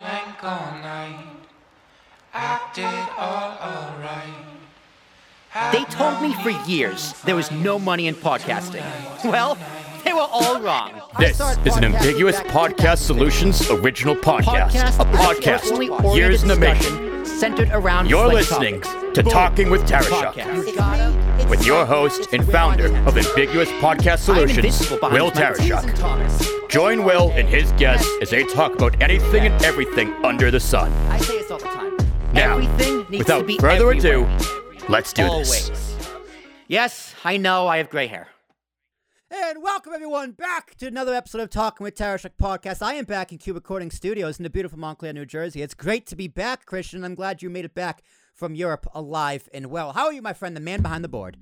Bank all night. I did all alright. They told me for years there was no money in podcasting. Well, they were all wrong. This is an ambiguous podcast solutions original podcast. a podcast years in the making. centered around You're select listening topics. to Talking with Tarashuk Podcast. with your host and founder of Ambiguous Podcast I'm Solutions, invincible behind Will my T's and Tarashuk. Thomas. Join Will and his guests as they talk about anything and everything under the sun. I say this all the time. Now, Everything needs to without be further ado, everywhere. let's do this. Always. Yes, I know I have gray hair. And welcome everyone back to another episode of Talking with Tarashuk podcast. I am back in Cube Recording Studios in the beautiful Montclair, New Jersey. It's great to be back, Christian. I'm glad you made it back from Europe alive and well. How are you, my friend, the man behind the board?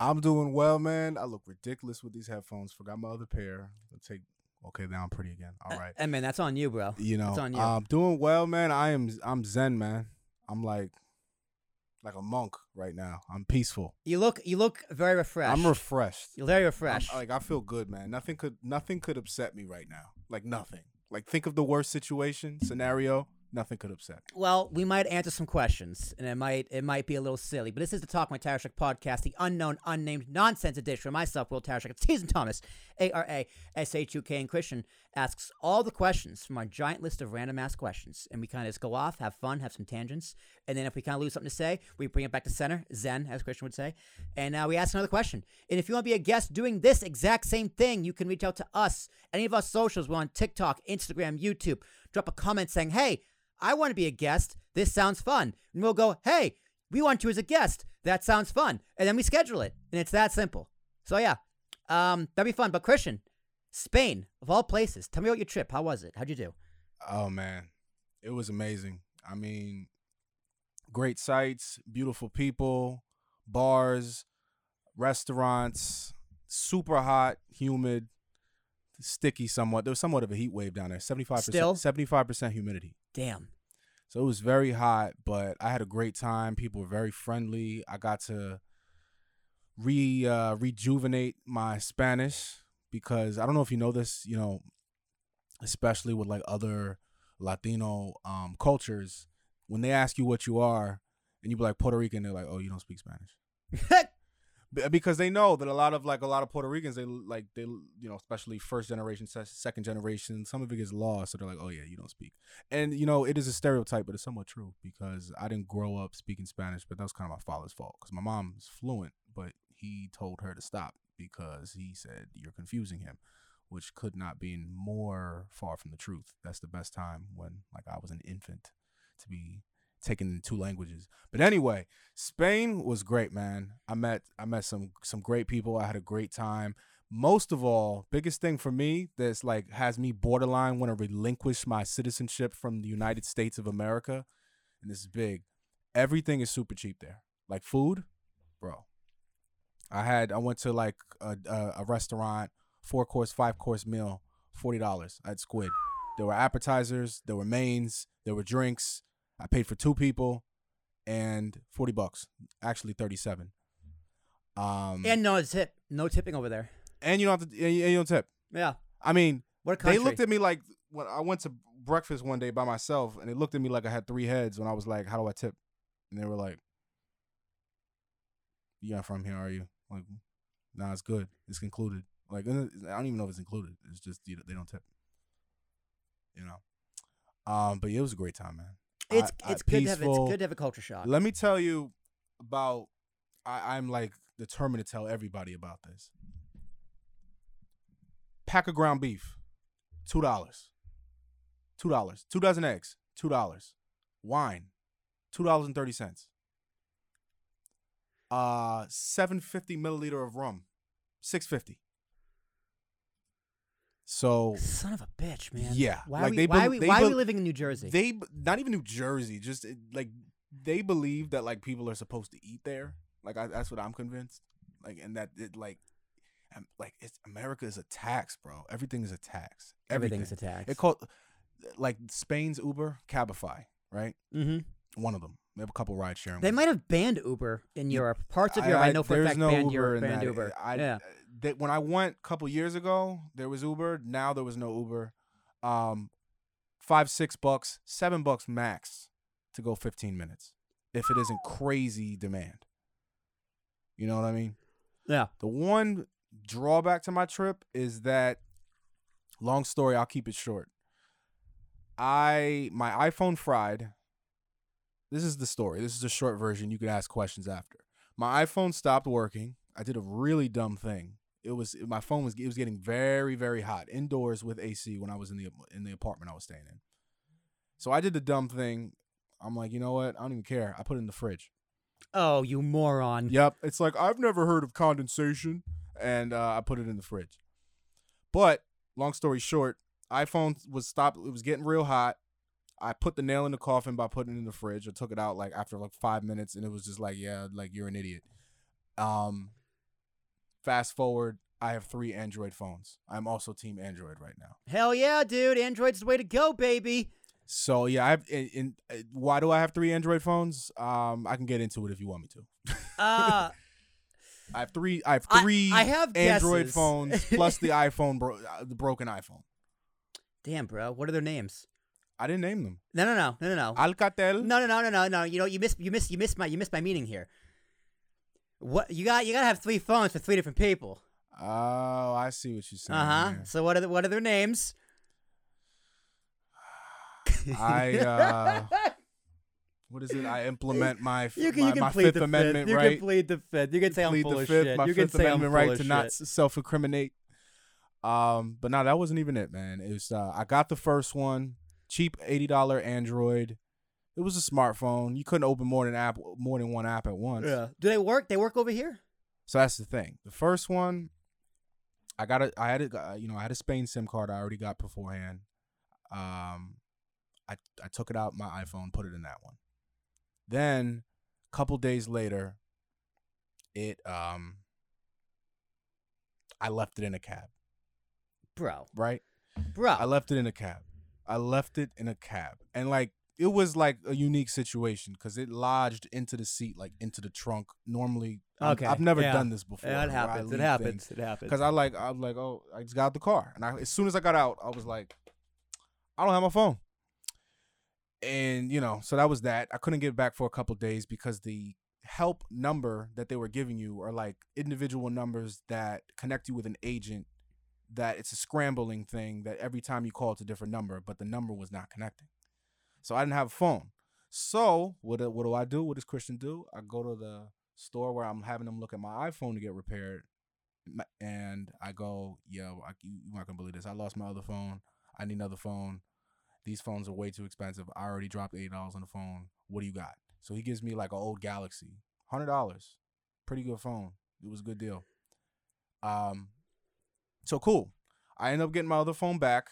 I'm doing well, man. I look ridiculous with these headphones. Forgot my other pair. Let's take. Okay, now I'm pretty again. All right. And man, that's on you, bro. You know, it's on you. um, I'm doing well, man. I am. I'm zen, man. I'm like, like a monk right now. I'm peaceful. you look, you look very refreshed. I'm refreshed. You're very I'm- uh, refreshed. like I feel good, man. Nothing could. Nothing could upset me right now. Like nothing. Like think of the worst situation scenario. Nothing could upset. me. Well, we might answer some questions, and it might it might be a little silly, but this is the Talk My Tarashuk podcast, the unknown, unnamed nonsense edition. Of myself, Will Tarashuk, it's Teason Thomas, A R A S H U K, and Christian asks all the questions from our giant list of random ass questions, and we kind of just go off, have fun, have some tangents, and then if we kind of lose something to say, we bring it back to center, Zen, as Christian would say, and uh, we ask another question. And if you want to be a guest doing this exact same thing, you can reach out to us, any of our socials. We're on TikTok, Instagram, YouTube. Drop a comment saying, "Hey." I want to be a guest. This sounds fun. And we'll go, hey, we want you as a guest. That sounds fun. And then we schedule it. And it's that simple. So, yeah, um, that'd be fun. But, Christian, Spain, of all places, tell me about your trip. How was it? How'd you do? Oh man, it was amazing. I mean, great sights, beautiful people, bars, restaurants, super hot, humid, sticky somewhat. There was somewhat of a heat wave down there. 75% Still? 75% humidity. Damn. So it was very hot, but I had a great time. People were very friendly. I got to re uh, rejuvenate my Spanish because I don't know if you know this, you know, especially with like other Latino um, cultures, when they ask you what you are, and you be like Puerto Rican, they're like, "Oh, you don't speak Spanish," Be- because they know that a lot of like a lot of Puerto Ricans, they like they you know, especially first generation, se- second generation, some of it gets lost, so they're like, "Oh yeah, you don't speak." And you know, it is a stereotype, but it's somewhat true because I didn't grow up speaking Spanish, but that was kind of my father's fault because my mom's fluent, but he told her to stop because he said you're confusing him, which could not be more far from the truth. That's the best time when like I was an infant to be taken in two languages. But anyway, Spain was great, man. I met I met some some great people. I had a great time. Most of all, biggest thing for me that's like has me borderline want to relinquish my citizenship from the United States of America, and this is big. Everything is super cheap there. Like food, bro. I had I went to like a a, a restaurant, four course, five course meal, forty dollars. I had squid. There were appetizers, there were mains, there were drinks. I paid for two people and 40 bucks actually 37 um and no tip. No tipping over there. and you don't have to and you, and you don't tip Yeah. i mean What a country. they looked at me like when i went to breakfast one day by myself and they looked at me like i had three heads when i was like how do i tip and they were like you're not from here are you like nah it's good it's included like i don't even know if it's included it's just you know, they don't tip you know um but it was a great time man I- it's I- it's, good to have, it's uh, peaceful. good to have a culture shock. Let me tell you about. I, I'm like determined to tell everybody about this. Pack of ground beef, two dollars. Two dollars. Two dozen eggs, two dollars. Wine, two dollars and thirty cents. Uh, seven fifty milliliter of rum, six fifty. So Son of a bitch, man. Yeah, Why, like we, they why, bel- we, they why are we bel- living in New Jersey? they b- not even New Jersey, just it- like they believe that like people are supposed to eat there. Like I, that's what I'm convinced. Like and that it like, um, like it's America is a tax, bro. Everything is a tax. Everything. Everything's a tax. It called like Spain's Uber, Cabify, right? mm-hmm. One of them. They have a couple ride sharing. They might have banned Uber in You- Europe. Parts of Europe, I, know for a there's fact, no banned, Uber Europe, in banned that. Uber. I, yeah. that when I went a couple years ago, there was Uber. Now there was no Uber. Um, five, six bucks, seven bucks max to go 15 minutes if it isn't crazy demand. You know what I mean? Yeah. The one drawback to my trip is that long story, I'll keep it short. I my iPhone fried. This is the story. This is the short version. You can ask questions after. My iPhone stopped working. I did a really dumb thing. It was my phone was it was getting very very hot indoors with AC when I was in the in the apartment I was staying in. So I did the dumb thing. I'm like, you know what? I don't even care. I put it in the fridge. Oh, you moron. Yep. It's like I've never heard of condensation, and uh, I put it in the fridge. But long story short, iPhone was stopped. It was getting real hot. I put the nail in the coffin by putting it in the fridge. I took it out like after like five minutes, and it was just like, yeah, like you're an idiot. Um, fast forward, I have three Android phones. I'm also team Android right now. Hell yeah, dude. Android's the way to go, baby. So yeah, I have. And, and, uh, why do I have three Android phones? Um, I can get into it if you want me to. Uh, I have three. I have I- three. I have Android guesses. phones plus the iPhone, bro- uh, the broken iPhone. damn, bro. What are their names? I didn't name them. No, no, no, no, no, no. Alcatel. No, no, no, no, no, no. You know, you miss, you miss, you miss my, you miss my meaning here. What you got? You gotta have three phones for three different people. Oh, I see what you're saying. Uh huh. yeah. So what are the, what are their names? I uh, what is it? I implement my f- You can, my, you can my plead Fifth the Amendment fifth. You right. can plead the fifth. You can say I'm plead full the of Fifth, shit. my you can Fifth say Amendment I'm right full to of not shit. self incriminate. Um, but no, that wasn't even it, man. It was uh, I got the first one, cheap eighty dollar Android. It was a smartphone. You couldn't open more than app more than one app at once. Yeah. Do they work? They work over here. So that's the thing. The first one, I got a, I had a, you know, I had a Spain SIM card I already got beforehand. Um, I I took it out my iPhone, put it in that one. Then, a couple days later, it um, I left it in a cab. Bro, Right, bro. I left it in a cab. I left it in a cab, and like it was like a unique situation because it lodged into the seat, like into the trunk. Normally, I'm- Okay, I've never yeah. done this before. Yeah, it where I happens. It leave happens. things. It happens. Cause I like I'm like oh I just got out the car and I, as soon as I got out I was like I don't have my phone and you know so that was that I couldn't get back for a couple days because the help number that they were giving you are like individual numbers that connect you with an agent that it's a scrambling thing that every time you call it's a different number but the number was not connecting so I didn't have a phone so what do- what do I do what does Christian do I go to the store where I'm having them look at my iPhone to get repaired m- and I go, yo, I, you, you're not gonna believe this. I lost my other phone. I need another phone. These phones are way too expensive. I already dropped eighty dollars on the phone. What do you got? So he gives me like an old Galaxy, hundred dollars, pretty good phone. It was a good deal. Um, so cool. I end up getting my other phone back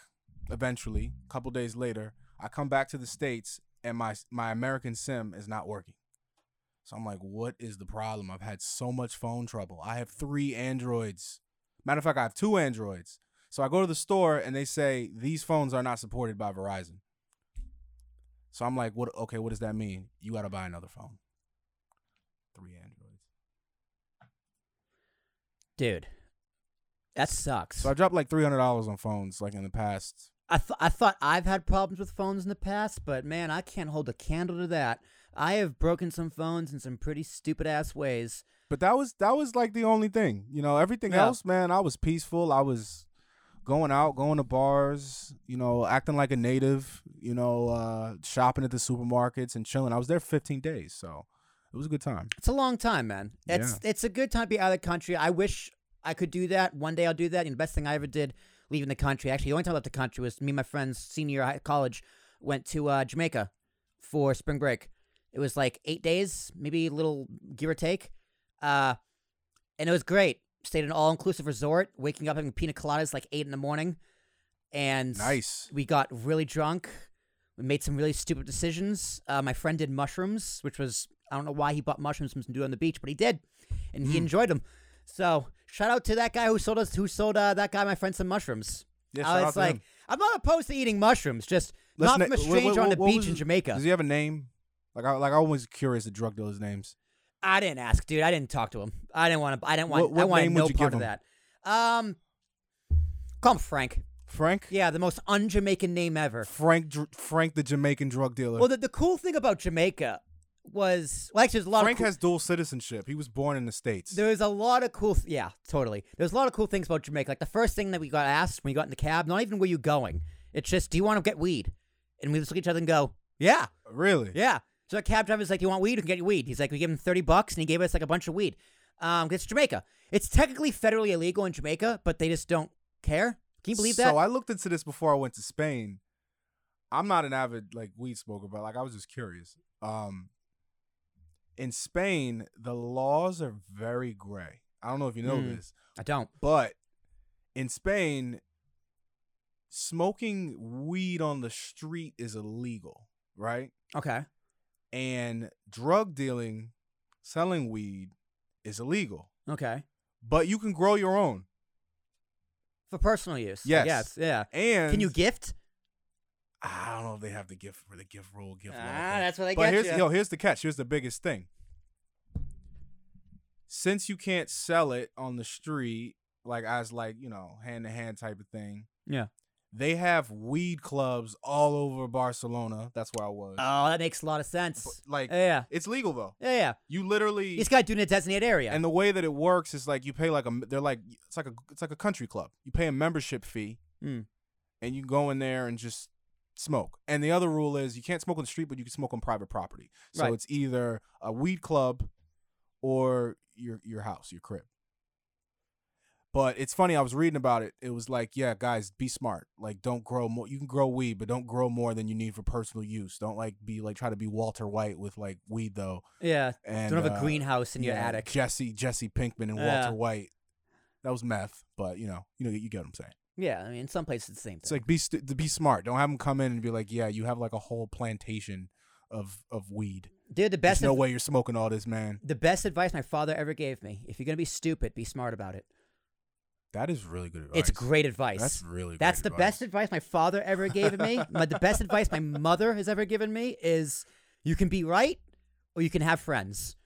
eventually. A couple days later, I come back to the states and my my American SIM is not working. So I'm like, what is the problem? I've had so much phone trouble. I have three Androids. Matter of fact, I have two Androids. So I go to the store and they say these phones are not supported by Verizon. So I'm like, what? Okay, what does that mean? You got to buy another phone. Three Androids. Dude, that sucks. So I dropped like three hundred dollars on phones, like in the past. I, th- I thought I've had problems with phones in the past, but man, I can't hold a candle to that. I have broken some phones in some pretty stupid ass ways. But that was that was like the only thing. You know, everything Yeah. else, man, I was peaceful. I was going out, going to bars, you know, acting like a native, you know, uh shopping at the supermarkets and chilling. I was there 15 days, so it was a good time. It's a long time, man. It's it's a good time to be out of the country. I wish I could do that. One day I'll do that. And the best thing I ever did leaving the country, actually, the only time I left the country was me and my friends, senior high college, went to uh, Jamaica for spring break. It was like eight days, maybe a little give or take. Uh, and it was great. Stayed at an all inclusive resort, waking up having pina coladas like eight in the morning. And Nice. we got really drunk. We made some really stupid decisions. Uh, my friend did mushrooms, which was I don't know why he bought mushrooms from some dude on the beach, but he did, and Hmm. he enjoyed them. So shout out to that guy who sold us, who sold uh, that guy my friend some mushrooms. I Yeah, shout out was to like, him. I'm not opposed to eating mushrooms, just Let's not na- from a wh- wh- stranger on wh- the what beach was in his- Jamaica. Does he have a name? Like I like I always curious the drug dealers' names. I didn't ask, dude. I didn't talk to him. I didn't want to. I didn't want. What- what I wanted name would no you part give of him? that. Um, call him Frank. Frank? Yeah, the most un-Jamaican name ever. Frank Dr- Frank the Jamaican drug dealer. Well, the, the cool thing about Jamaica was well, actually, there's a lot Frank of cool, has dual citizenship. He was born in the states. there's a lot of cool. Th- yeah, totally. There's a lot of cool things about Jamaica. Like the first thing that we got asked when we got in the cab, not even where you going. It's just, do you want to get weed? And we just look at each other and go, yeah, really? yeah. So the cab driver's like, "You want weed? We can get you weed." He's like, "We give him thirty bucks, and he gave us like a bunch of weed." Um, 'cause it's Jamaica. It's technically federally illegal in Jamaica, but they just don't care. Can you believe that? So I looked into this before I went to Spain. I'm not an avid like weed smoker, but like I was just curious. Um in Spain, the laws are very gray. I don't know if you know Hmm. this, I don't. but in Spain, smoking weed on the street is illegal, right? Okay. And drug dealing, selling weed is illegal. Okay. But you can grow your own. For personal use. Yes. Yes. Yeah. And Can you gift? I don't know if they have the gift for the gift rule, gift law. Ah, thing. that's what I But get here's ya. yo, here's the catch. Here's the biggest thing. Since you can't sell it on the street, like as like you know hand to hand type of thing, Yeah. they have weed clubs all over Barcelona. That's where I was. Oh, that makes a lot of sense. like, yeah, it's legal though. yeah, yeah. You literally He's got to do it in a designated area. and the way that it works is like you pay like a they're like it's like a it's like a country club. You pay a membership fee, Mm. and you go in there and just smoke. And the other rule is you can't smoke on the street, but you can smoke on private property. So Right. it's either a weed club or your your house, your crib. But it's funny. I was reading about it. It was like, yeah, guys, be smart. Like, don't grow more. You can grow weed, but don't grow more than you need for personal use. Don't like be like try to be Walter White with like weed though. yeah, And don't have uh, a greenhouse in your yeah, attic. Jesse Jesse Pinkman and Yeah. Walter White. That was meth, but you know, you know, you get what I'm saying. Yeah, I mean, in some places it's the same It's thing. like be st- be smart. Don't have them come in and be like, yeah, you have like a whole plantation of of weed. Dude, the There's best no adv- way you're smoking all this, man. the best advice my father ever gave me: if you're gonna be stupid, be smart about it. That is really good advice. It's great advice. That's really good That's the advice. best advice my father ever gave me. my, the best advice my mother has ever given me is: you can be right, or you can have friends.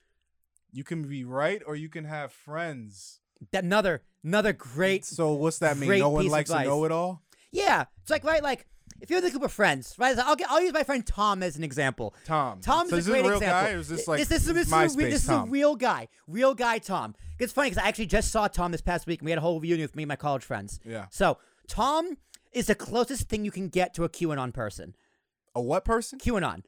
You can be right, or you can have friends. That another another great So what's that mean? great No one piece of likes to advice. know it all. Yeah, it's like right, like if you're with a group of friends, right? I'll get, I'll use my friend Tom as an example. Tom. Tom's So a is this great a real example. guy or is this, like, this, is- this, is, a re- MySpace this is Tom? a real guy, real guy Tom. It's funny because I actually just saw Tom this past week, and we had a whole reunion with me and my college friends. Yeah. So Tom is the closest thing you can get to a QAnon person. A what person? QAnon.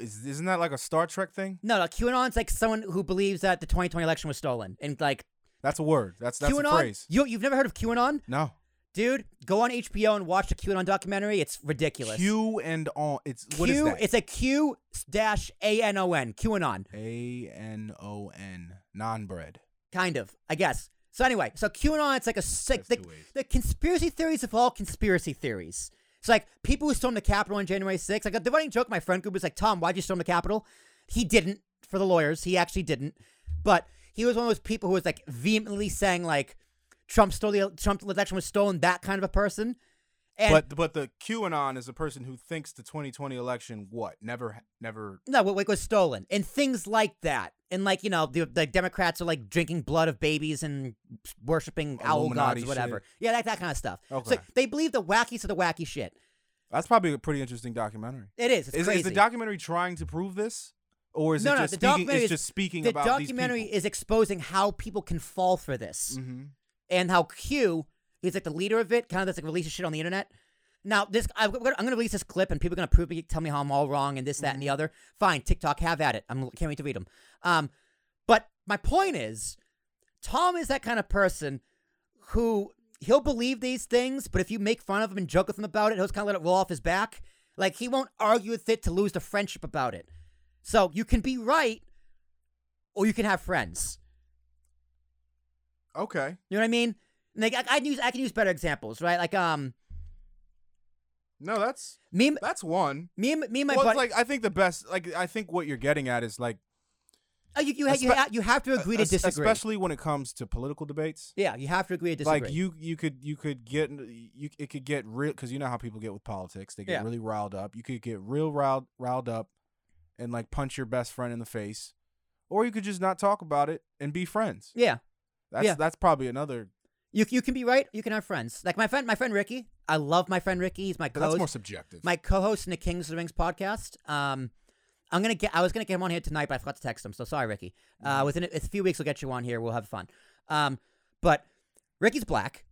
Is, isn't that like a Star Trek thing? No, no, QAnon's like someone who believes that the 2020 election was stolen, and like That's a word. That's that's QAnon. a phrase. You you've never heard of QAnon, No. dude? Go on HBO and watch the QAnon documentary. It's ridiculous. Q and on. It's what Q, is that? It's a Q dash A N O N, QAnon, A N O N, non bread. kind of, I guess. So anyway, so QAnon, it's like a sick. That's The, two ways. the conspiracy theories of all conspiracy theories. It's like people who stormed the Capitol on January 6th. Like the running joke, my friend group was like, "Tom, why'd you storm the Capitol?" He didn't. For the lawyers, he actually didn't. But he was one of those people who was like vehemently saying like, "Trump stole the Trump election was stolen." That kind of a person. And But but the QAnon is a person who thinks the 2020 election what never ha- never. No, what what was stolen and things like that. And like you know, the, the Democrats are like drinking blood of babies and worshiping owl Illuminati gods, whatever. shit. Yeah, that, that kind of stuff. So Okay. they believe the wackiest of the wacky shit. That's probably a pretty interesting documentary. It is. It's Is, crazy. is the documentary trying to prove this, or is no, it no, just the speaking? documentary It's is just speaking the about documentary these is exposing how people can fall for this hmm and how Q is like the leader of it, kind of that's like releases shit on the internet. Now this, I, I'm gonna I'm gonna release this clip, and people are gonna prove me, tell me how I'm all wrong, and this, that, Mm-hmm. and the other. Fine, TikTok, have at it. I'm can't wait to read them. Um, but my point is, Tom is that kind of person who he'll believe these things, but if you make fun of him and joke with him about it, he'll just kind of let it roll off his back. Like he won't argue with it to lose the friendship about it. So you can be right, or you can have friends. Okay. You know what I mean? Like I, I can use I can use better examples, right? Like um, No, that's me, and- that's one. me, and- me and my well, it's buddy. like I think the best. Like I think what you're getting at is like oh, you you, ha- you, espe- ha- you have to agree to es- disagree. especially when it comes to political debates. yeah, you have to agree to disagree. Like you, you could, you could get, you it could get real because you know how people get with politics. They get Yeah. really riled up. You could get real riled, riled up, and like punch your best friend in the face, or you could just not talk about it and be friends. yeah, That's Yeah. that's probably another You you can be right. You can have friends. Like my friend, my friend Ricky. I love my friend Ricky. He's my But that's more co-host, subjective. my co-host in the Kings of the Rings podcast. Um, I'm gonna get. I was gonna get him on here tonight, but I forgot to text him. So sorry, Ricky. Mm-hmm. Uh, within a, it's a few weeks, we'll get you on here. We'll have fun. Um, but Ricky's black,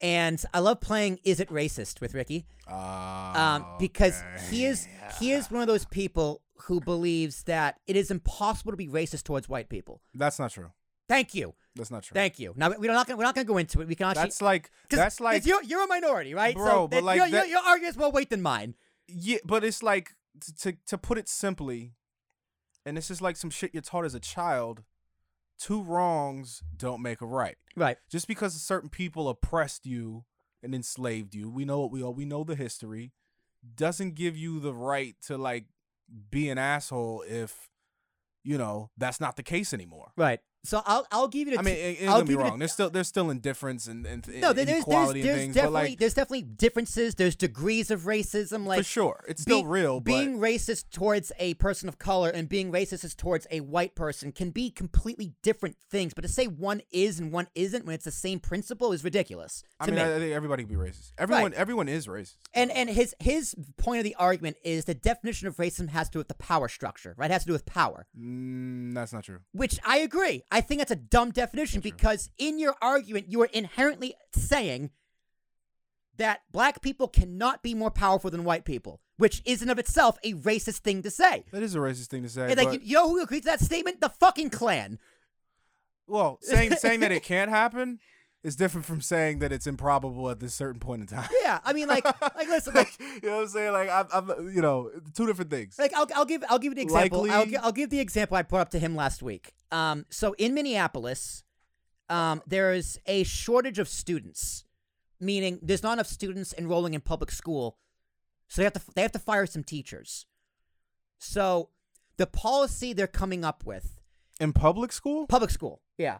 and I love playing "Is It Racist" with Ricky um, Oh, because he is he is one of those people who believes that it is impossible to be racist towards white people. that's not true. Thank you, That's not true. thank you. Now we're not gonna, we're not going to go into it. We can actually that's like 'cause- that's 'cause like you're, you're a minority, right? Bro, but that- like your- your- that- your argument's more weight than mine. yeah, but it's like t- to to put it simply, and this is like some shit you're taught as a child. Two wrongs don't make a right. Right, Just because certain people oppressed you and enslaved you, we know what we all we know the history, doesn't give you the right to like be an asshole if you know that's not the case anymore. right. So I'll I'll give you. The I mean, t- it, it, I'll don't be give you the- wrong. there's still there's still indifference and and no, there- there's there's, inequality there's and things, but definitely like there's definitely differences. There's degrees of racism. Like for sure, it's Be- still real. Being but racist towards a person of color and being racist is towards a white person can be completely different things. But to say one is and one isn't when it's the same principle is ridiculous I to mean, me. I, I think everybody can be racist. Everyone everyone is racist. and and his his point of the argument is the definition of racism has to do with the power structure, right? It has to do with power. Mm, that's not true. Which I agree. I think that's a dumb definition because in your argument, you are inherently saying that black people cannot be more powerful than white people, which is in of itself a racist thing to say. That is a racist thing to say. And like, but- you, you know who agreed to that statement? The fucking Klan. well, saying saying that it can't happen is different from saying that it's improbable at this certain point in time. Yeah, I mean, like, like listen, like, you know what I'm saying? Like I'm, I'm you know, two different things. like I'll, I'll give I'll give you the example. I'll, Likely- gi- I'll give the example I put up to him last week. Um, so in Minneapolis, um, there is a shortage of students, meaning there's not enough students enrolling in public school, so they have to they have to fire some teachers. So the policy they're coming up with In public school? public school, yeah,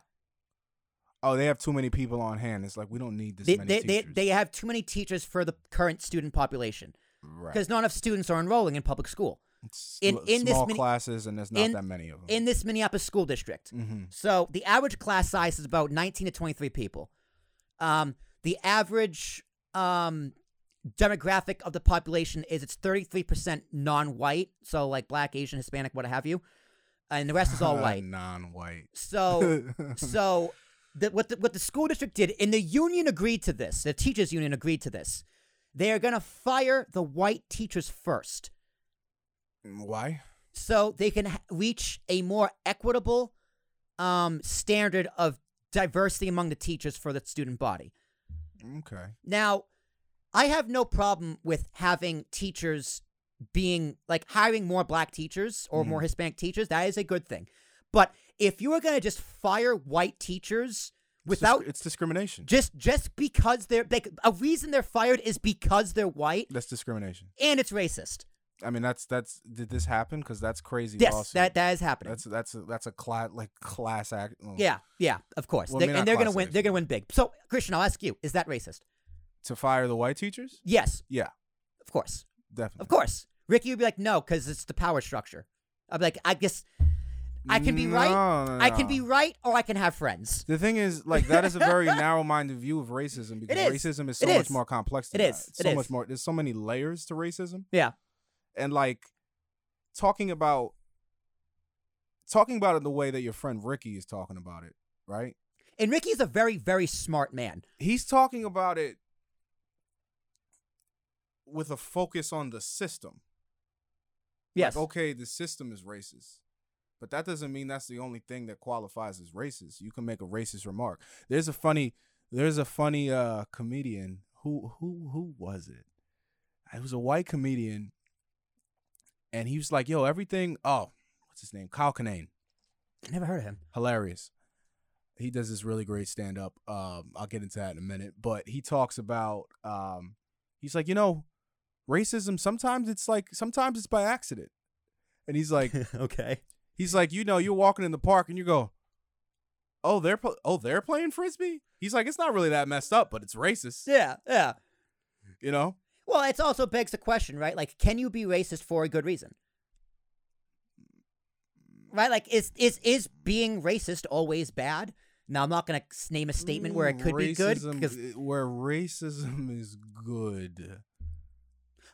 Oh, they have too many people on hand. It's like we don't need this they, many they, they teachers. they have too many teachers for the current student population right. because not enough students are enrolling in public school. It's in- sm- in this small many- classes and there's not in- that many of them. in this Minneapolis school district. So the average class size is about 19 to 23 people. Um, the average um, demographic of the population is it's 33% non-white, so like black, Asian, Hispanic, what have you, and the rest is all Uh, white. non-white. So, so the, what the what the school district did, and the union agreed to this. The teachers union agreed to this. They are going to fire the white teachers first Why? so they can ha- reach a more equitable um, standard of diversity among the teachers for the student body. Okay. Now, I have no problem with having teachers being like hiring more black teachers or Mm-hmm. more Hispanic teachers. That is a good thing. But if you are going to just fire white teachers It's disc- without it's discrimination. just just because they're like a reason they're fired is because they're white that's discrimination. and it's racist. I mean, that's that's did this happen? Because that's crazy. Yes, lawsuit. that that is happening. that's that's a, that's a class like class act. oh, Yeah, yeah, of course. Well, They- I mean, and not they're gonna class win. action. They're gonna win big. So, Christian, I'll ask you: Is that racist? To fire the white teachers? Yes, Yeah, of course, definitely. of course. Ricky would be like, no, because it's the power structure. I'd be like, I guess I can be right. No, no, I can no. be right, or I can have friends. The thing is, like, that is a very narrow-minded view of racism because is. racism is It so much is. more complex. It Than that. is. It's It so is. much more. There's so many layers to racism, Yeah, and like talking about talking about it the way that your friend Ricky is talking about it, right? and Ricky's a very, very smart man. He's talking about it with a focus on the system. Yes, Like, okay, the system is racist. But that doesn't mean that's the only thing that qualifies as racist. You can make a racist remark. There's a funny there's a funny uh comedian who who who was it? It was a white comedian and he was like, "Yo, everything oh, what's his name? Kyle Kinane. never heard of him. Hilarious. He does this really great stand up. Um I'll get into that in a minute, but he talks about um he's like, "You know, racism sometimes it's like sometimes it's by accident." And he's like, okay. He's like, you know, you're walking in the park and you go, oh, they're pl- oh they're playing frisbee. He's like, it's not really that messed up, but it's racist, Yeah, yeah. you know. Well, it also begs the question, right? Like, can you be racist for a good reason? Right? Like, is is is being racist always bad? Now I'm not gonna s- name a statement where it could be good Racism- because uh, where racism is good.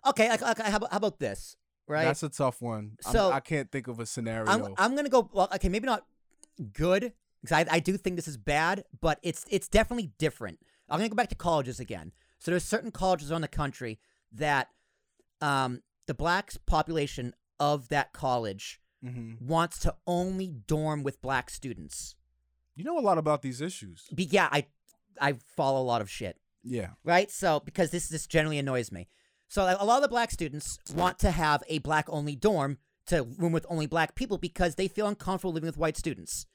okay, like, like, how, about, how about this, right? That's a tough one. I'm- So- I can't think of a scenario. I'm, I'm gonna go. Well, okay, maybe not good because I, I do think this is bad, but it's it's definitely different. I'm gonna go back to colleges again. So there's certain colleges around the country that um, the black population of that college Mhm. wants to only dorm with black students. You know a lot about these issues. But yeah, I I follow a lot of shit. Yeah. right? So because this this generally annoys me. So like, a lot of the black students want to have a black only dorm to room with only black people because they feel uncomfortable living with white students.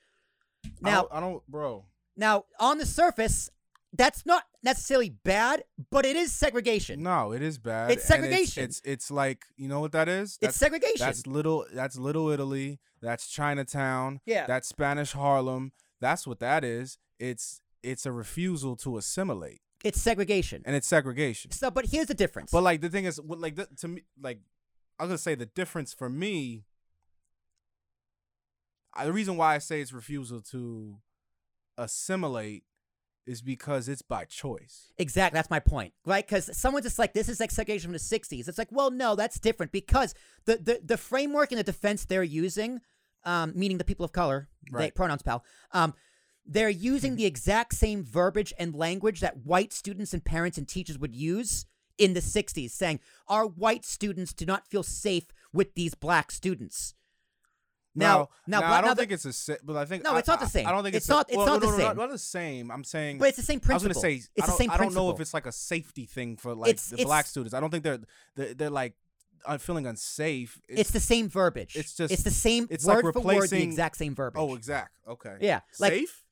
I Now, don't, I don't bro. now on the surface, that's not necessarily bad, but it is segregation. No, it is bad. It's and segregation. It's, it's it's like you know what that is. it's That's- segregation. That's little. That's Little Italy. That's Chinatown. Yeah. That's Spanish Harlem. That's what that is. It's it's a refusal to assimilate, it's segregation. and it's segregation. So, but here's the difference. But like the thing is, what- like the, to me, like I'm gonna say the difference for me. I, the reason why I say it's refusal to assimilate is because it's by choice. Exactly. That's my point, right? Because someone's just like, this is like segregation from the 60s. It's like, well, no, that's different because the, the, the framework and the defense they're using, um, meaning the people of color, they, Right. Mm-hmm. pronouns pal, um, they're using the exact same verbiage and language that white students and parents and teachers would use in the 60s, saying, our white students do not feel safe with these black students. Now- now now, black- I don't now the- think it's the same. But I think No, I- it's not the I- same. I don't think It's it's, not- The, it's well, not no, the no, same. No, not the same. I'm saying, But it's the same principle. I was gonna say it's I the don't, same I don't know if principle. it's like a safety thing for like It's- the it's- black students. I don't think they're they're, they're like uh, feeling unsafe. It's, the same verbiage. it's just- it's the same it's like word for word, the replacing- exact same verbiage. oh exact okay Yeah, like- safe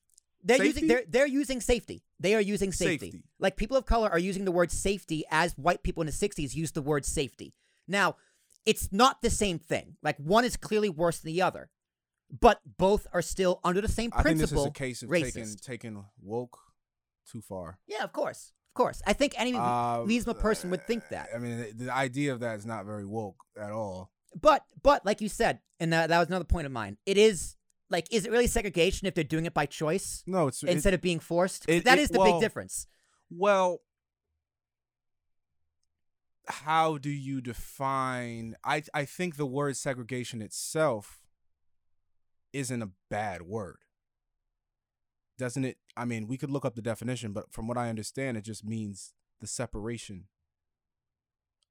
They're using Safety? they're they're using safety. They are using safety. Safety. Like people of color are using the word safety as white people in the '60s used the word safety. Now, it's not the same thing. Like one is clearly worse than the other, but both are still under the same I think this principle. is a case of racist. taking taking woke too far. Yeah, of course, of course. I think any Uh, reasonable person would think that. I mean, the, the idea of that is not very woke at all. But but like you said, and that, that was another point of mine. It is like, is it really segregation if they're doing it by choice No, it's it's- instead of being forced? 'Cause it- that it- is the big well, difference. Well, how do you define? I I think the word segregation itself isn't a bad word. Doesn't it? I mean, we could look up the definition, but from what I understand, it just means the separation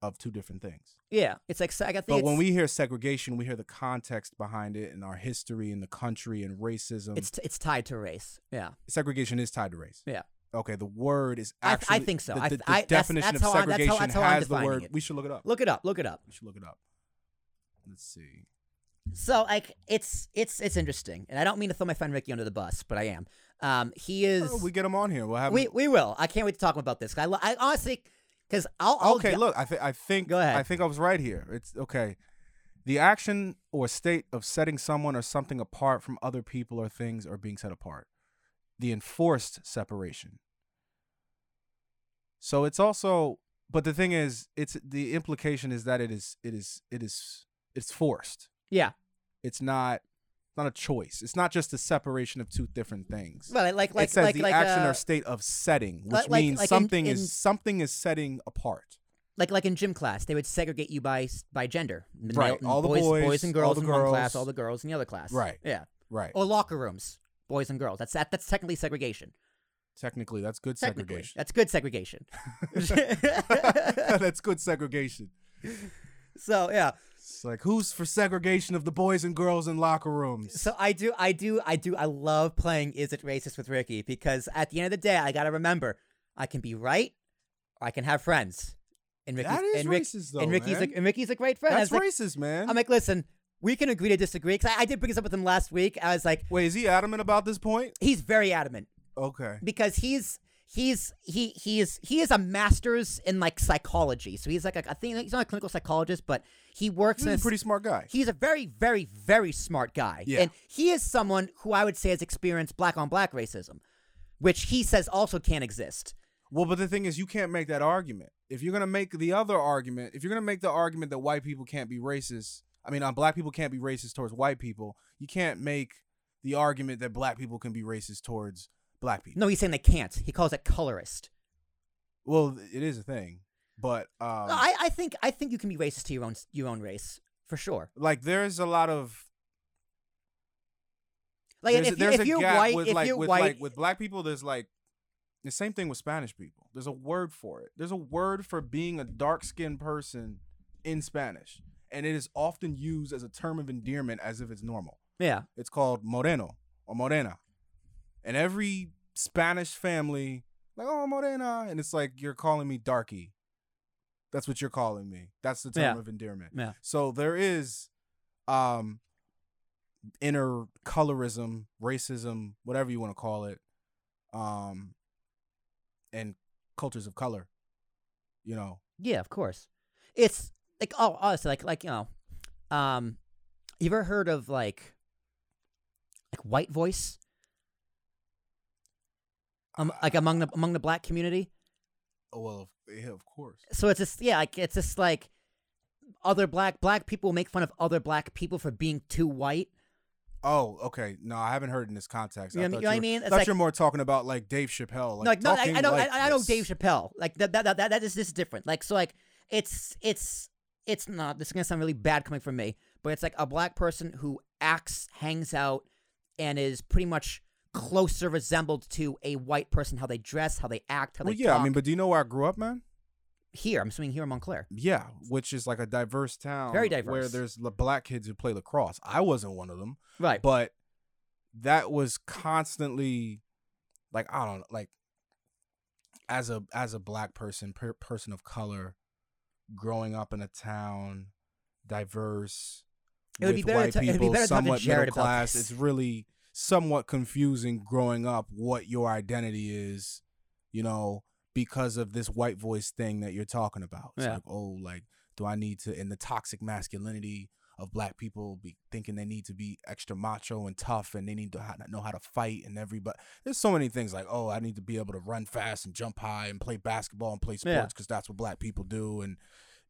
of two different things. Yeah, it's like se- I think. But when it's- we hear segregation, we hear the context behind it and our history in the country and racism. it's it's tied to race. Yeah. segregation is tied to race. Yeah. Okay, the word is I th- actually. I think so. The, I the- th- the I- that's- definition that's how of I- that's how- segregation that's how I'm has the defining word. it. We should look it up. Look it up. Look it up. We should look it up. Let's see. So like it's it's it's interesting, and I don't mean to throw my friend Ricky under the bus, but I am. Um, he is. Oh, we we, get him on here. We'll have. we him- will. I can't wait to talk about this. 'cause I lo- I honestly because I'll, I'll okay, d- look. I think. I think. Go ahead. I think I was right here. It's okay. The action or state of setting someone or something apart from other people or things or being set apart. The enforced separation. So it's also but the thing is it's the implication is that it is it is it is it's forced. Yeah. It's not not a choice. It's not just the separation of two different things. But I like like it says like the like action uh, or state of setting, like- which like- means like in- something in- is something is setting apart. like like in gym class, they would segregate you by s- by gender. The Right, male- all the boys, boys, and all girls the in one class, girls. all the girls in the other class. Right. Yeah. Right. Or locker rooms, boys and girls. That's that, that's technically segregation. Technically, that's good Technically, segregation. that's good segregation. that's good segregation. so yeah. It's like who's for segregation of the boys and girls in locker rooms? So I do, I do, I do. I love playing Is It Racist with Ricky because at the end of the day, I gotta remember I can be right, or I can have friends. And Ricky, That is and Rick- racist, though, And Ricky's, man. A, and Ricky's a great friend. I that's was like, racist, man. I'm like, listen, we can agree to disagree. Because I, I did bring this up with him last week. I was like, Wait, is he adamant about this point? he's very adamant Okay. because he's. He's he he is he is a master's in like psychology, so he's like a, I think he's not a clinical psychologist, but he works He's in a a pretty smart guy. He's a very, very, very smart guy. Yeah. And he is someone who I would say has experienced black on black racism, which he says also can't exist. Well, but the thing is, you can't make that argument. If you're gonna make the other argument, if you're gonna make the argument that white people can't be racist, I mean, uh, black people can't be racist towards white people, you can't make the argument that black people can be racist towards black people. No, he's saying they can't. He calls it colorist. Well, it is a thing, but um, No, I, I think I think you can be racist to your own your own race for sure. like there's a lot of Like there's, if, you, there's if a you're gap white, with if like you're with white, like with black people. There's like the same thing with Spanish people. There's a word for it. There's a word for being a dark skinned person in Spanish, and it is often used as a term of endearment as if it's normal. yeah, It's called moreno or morena, and every Spanish family like oh morena, and it's like you're calling me darky. That's what you're calling me. That's the term Yeah. of endearment. yeah, So there is um inner colorism, racism, whatever you want to call it, um and cultures of color. You know. yeah. Of course, it's like oh, honestly, like like you know, um, you ever heard of like like white voice? Um, like among the among the black community, Oh well of, yeah, of course. so it's just yeah, like it's just like other black black people make fun of other black people for being too white. Oh, okay. No, I haven't heard in this context. You know I what I thought mean- you know what I mean? I It's thought like- you're more talking about like Dave Chappelle. Like, Like, no, like, talking I know, like I, I know this. Dave Chappelle. Like that, that, that, that, that is this is different. Like so, like it's it's it's not. This is gonna sound really bad coming from me, but it's like a black person who acts, hangs out, and is pretty much closer resembled to a white person how they dress, how they act, how Well, they yeah, talk. I mean, but do you know where I grew up, man? here I'm assuming here in Montclair. Yeah, which is like a diverse town. Very Where diverse. there's la- black kids who play lacrosse. I wasn't one of them. Right. but that was constantly like i don't know like as a as a black person per, person of color growing up in a town diverse It would be with better to white ta- it'd be people better to talk to somewhat Jared middle about class this. it's really somewhat confusing growing up what your identity is you know because of this white voice thing that you're talking about it's Yeah. like oh like do i need to in the toxic masculinity of black people be thinking they need to be extra macho and tough and they need to ha- know how to fight and everybody there's so many things like oh i need to be able to run fast and jump high and play basketball and play Yeah. sports because that's what black people do and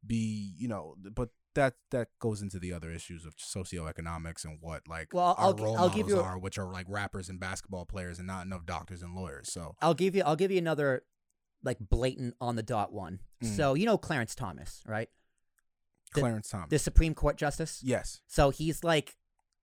be you know th- but that that goes into the other issues of socioeconomics and what like Well, our I'll gi- role I'll give models you a- are which are like rappers and basketball players and not enough doctors and lawyers so I'll give you I'll give you another like blatant on the dot one. Mm. So you know Clarence Thomas, right? The- clarence thomas The Supreme Court Justice. yes So he's like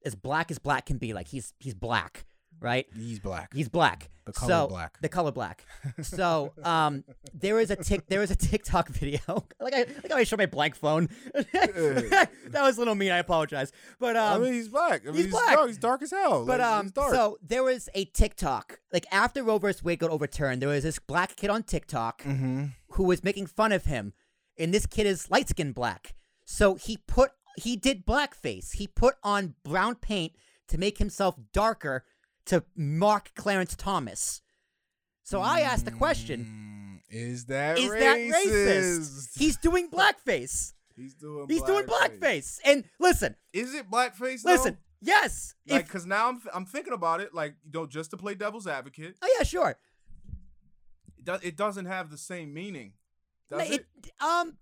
as black as black can be. Like he's he's black, right? he's black He's black. The color so, black. The color black. So um, there is a tick. There is a TikTok video. like I like how I showed my blank phone. that was a little mean. I apologize. But um, I mean, he's black. I mean, he's he's black. Dark, he's dark as hell. but Like, um, he's dark. so there was a TikTok. Like after Roe vs. Wade got overturned, there was this black kid on TikTok who was making fun of him, and this kid is light skinned black. So he put he did blackface. He put on brown paint to make himself darker to mock Clarence Thomas. So I asked the question: Mm, is that Is racist? that racist? He's doing blackface. he's doing He's doing blackface. And listen, Is it blackface? though? listen, yes. if- like because now I'm I'm thinking about it. Like you know, just to play devil's advocate, oh yeah, sure. it, do, it doesn't have the same meaning, No, does it? Um,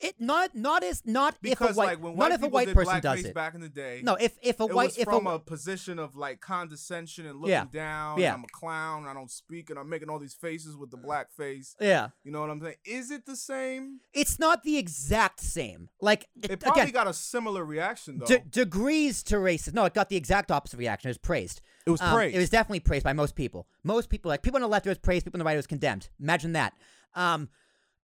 it not not as not Because if a white like when not white if a people white did person blackface does it. back in the day, no, if if a it white was if from a, a, position of like condescension and looking Yeah. down. Yeah. Uh, and I'm a clown. I don't speak, and I'm making all these faces with the black face. yeah, You know what I'm saying? Is it the same? it's not the exact same. Like It probably again, got a similar reaction though. de- degrees to racism. No, it got the exact opposite reaction. It was praised. It was Um, praised. It was definitely praised by most people. Most people, like people on the left, it was praised. People on the right, it was condemned. Imagine that. Um,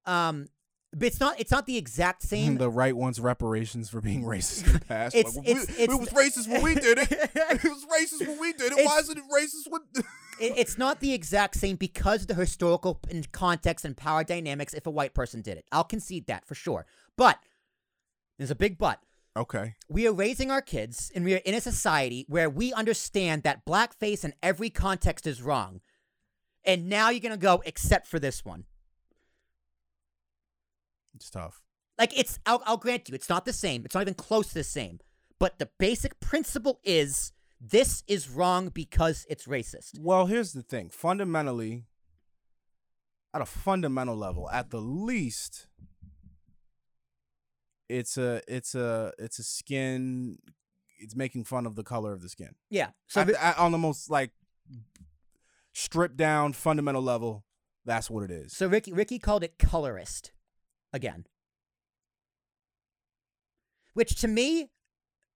um, but it's not. It's not the exact same. the right wants reparations for being racist in the past. It's- Like, it's- we- it's- it was racist when we did it. it was racist when we did it. Why It's- isn't it racist when? it, it's not the exact same because of the historical p- and context and power dynamics if a white person did it. I'll concede that for sure. But there's a big but. okay. We are raising our kids and we are in a society where we understand that blackface in every context is wrong. And now you're going to go except for this one. It's tough. Like it's I'll, I'll grant you it's not the same. It's not even close to the same. But the basic principle is this is wrong because it's racist. Well, here's the thing. Fundamentally, at a fundamental level, at the least, it's a it's a it's a skin it's making fun of the color of the skin. Yeah. So So the- on the most like stripped down fundamental level, that's what it is. so Ricky Ricky called it colorist again. Which to me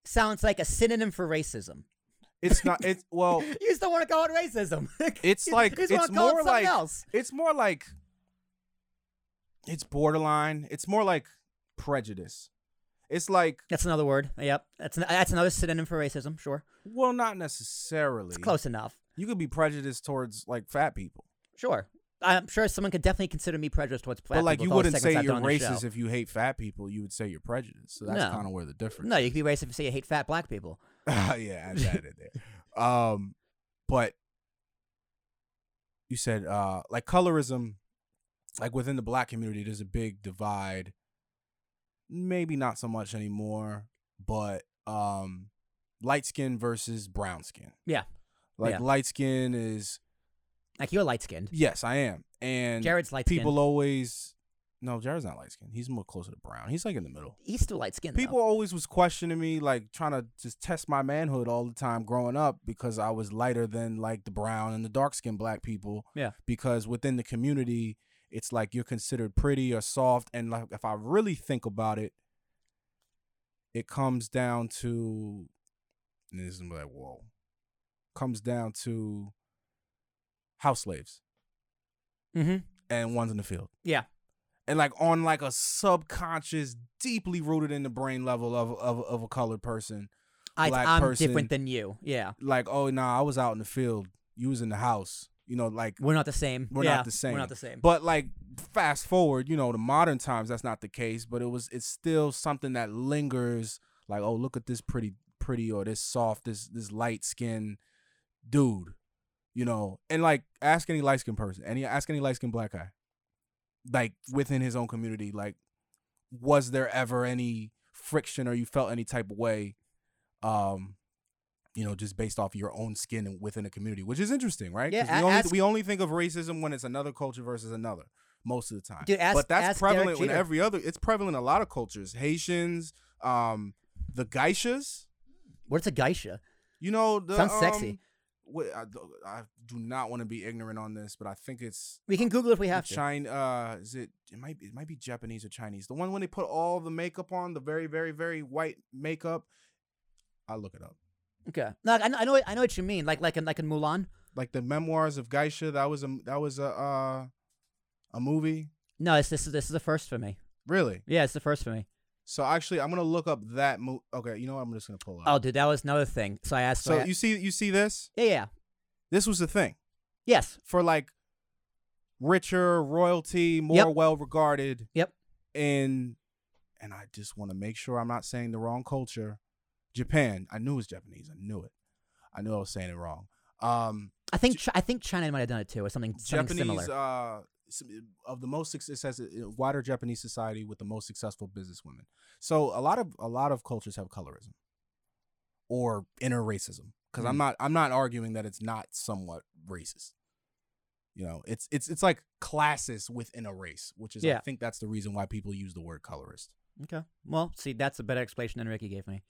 sounds like a synonym for racism. It's not. It's well. You just don't want to call it racism. It's like you just it's wanna call it more something like else. it's more like it's borderline. It's more like prejudice. It's like That's another word. Yep. That's an, that's another synonym for racism, sure. well, not necessarily. It's close enough. You could be prejudiced towards like fat people, Sure. I'm sure someone could definitely consider me prejudiced towards black but like people you with all the wouldn't say segments I've you're done on the show. racist if you hate fat people. You would say you're prejudiced. So that's No. kind of where the difference. No, you could be racist if you say you hate fat black people. yeah, I added it there. Um, but you said uh, like colorism, like within the black community, there's a big divide. Maybe not so much anymore, but um, light skin versus brown skin. Yeah. Like Yeah. light skin is Like you're light skinned. yes, I am, and Jared's light skinned. people always no, Jared's not light skin. He's more closer to brown. He's like in the middle. He's still light skinned. People always was questioning me, like trying to just test my manhood all the time growing up because I was lighter than like the brown and the dark skinned black people. Yeah. Because within the community, it's like you're considered pretty or soft. And like if I really think about it, it comes down to and this is gonna be like, whoa. Comes down to house slaves Mm-hmm. and ones in the field Yeah. and like on like a subconscious, deeply rooted in the brain level of of, of a colored person. I, Black I'm person. different than you. Yeah. Like, oh nah, I was out in the field, you was in the house. You know, like We're not the same. we're Yeah, not the same. We're not the same. But like fast forward, you know, to modern times, that's not the case. But it was it's still something that lingers, like, oh, look at this pretty pretty or this soft, this this light skinned dude. You know, and like ask any light skinned person, any ask any light skinned black guy. Like within his own community, like was there ever any friction or you felt any type of way? Um you know, just based off your own skin and within a community, which is interesting, right? Yeah, 'Cause a- we, only, ask- we only think of racism when it's another culture versus another most of the time. Dude, ask- but that's ask Derek prevalent in Jeter. every other. It's prevalent in a lot of cultures. Haitians, um, the geishas. What's a geisha? You know, the, Sounds sexy. um, what- I, I do not want to be ignorant on this, but I think it's We can Google if we have to. China. Uh, is it? It might. It might be Japanese or Chinese. The one when they put all the makeup on, the very, very, very white makeup. I'll look it up. Okay. No, I, know- I know. I know what you mean. Like like in like in Mulan. Like the memoirs of Geisha. That was a. That was a. Uh, a movie. No, it's, this is this is the first for me. Really. Yeah, it's the first for me. So actually, I'm gonna look up that movie. Okay, you know what? I'm just gonna pull it up. Oh, dude, that was another thing. So I asked. so I- you see, you see this? yeah, yeah. This was the thing Yes. for like richer royalty, more Yep. well regarded, Yep. and and I just want to make sure I'm not saying the wrong culture. Japan. I knew it was Japanese. I knew it. I knew I was saying it wrong. Um, I think Chi- I think China might have done it too, or something, something Japanese similar. uh, s- of the most success it says uh, wider Japanese society with the most successful businesswomen. So a lot of a lot of cultures have colorism or inner racism because Mm. I'm not I'm not arguing that it's not somewhat racist. You know, it's it's it's like classes within a race, which is I Yeah. think that's the reason why people use the word colorist. Okay. Well, see, that's a better explanation than Ricky gave me.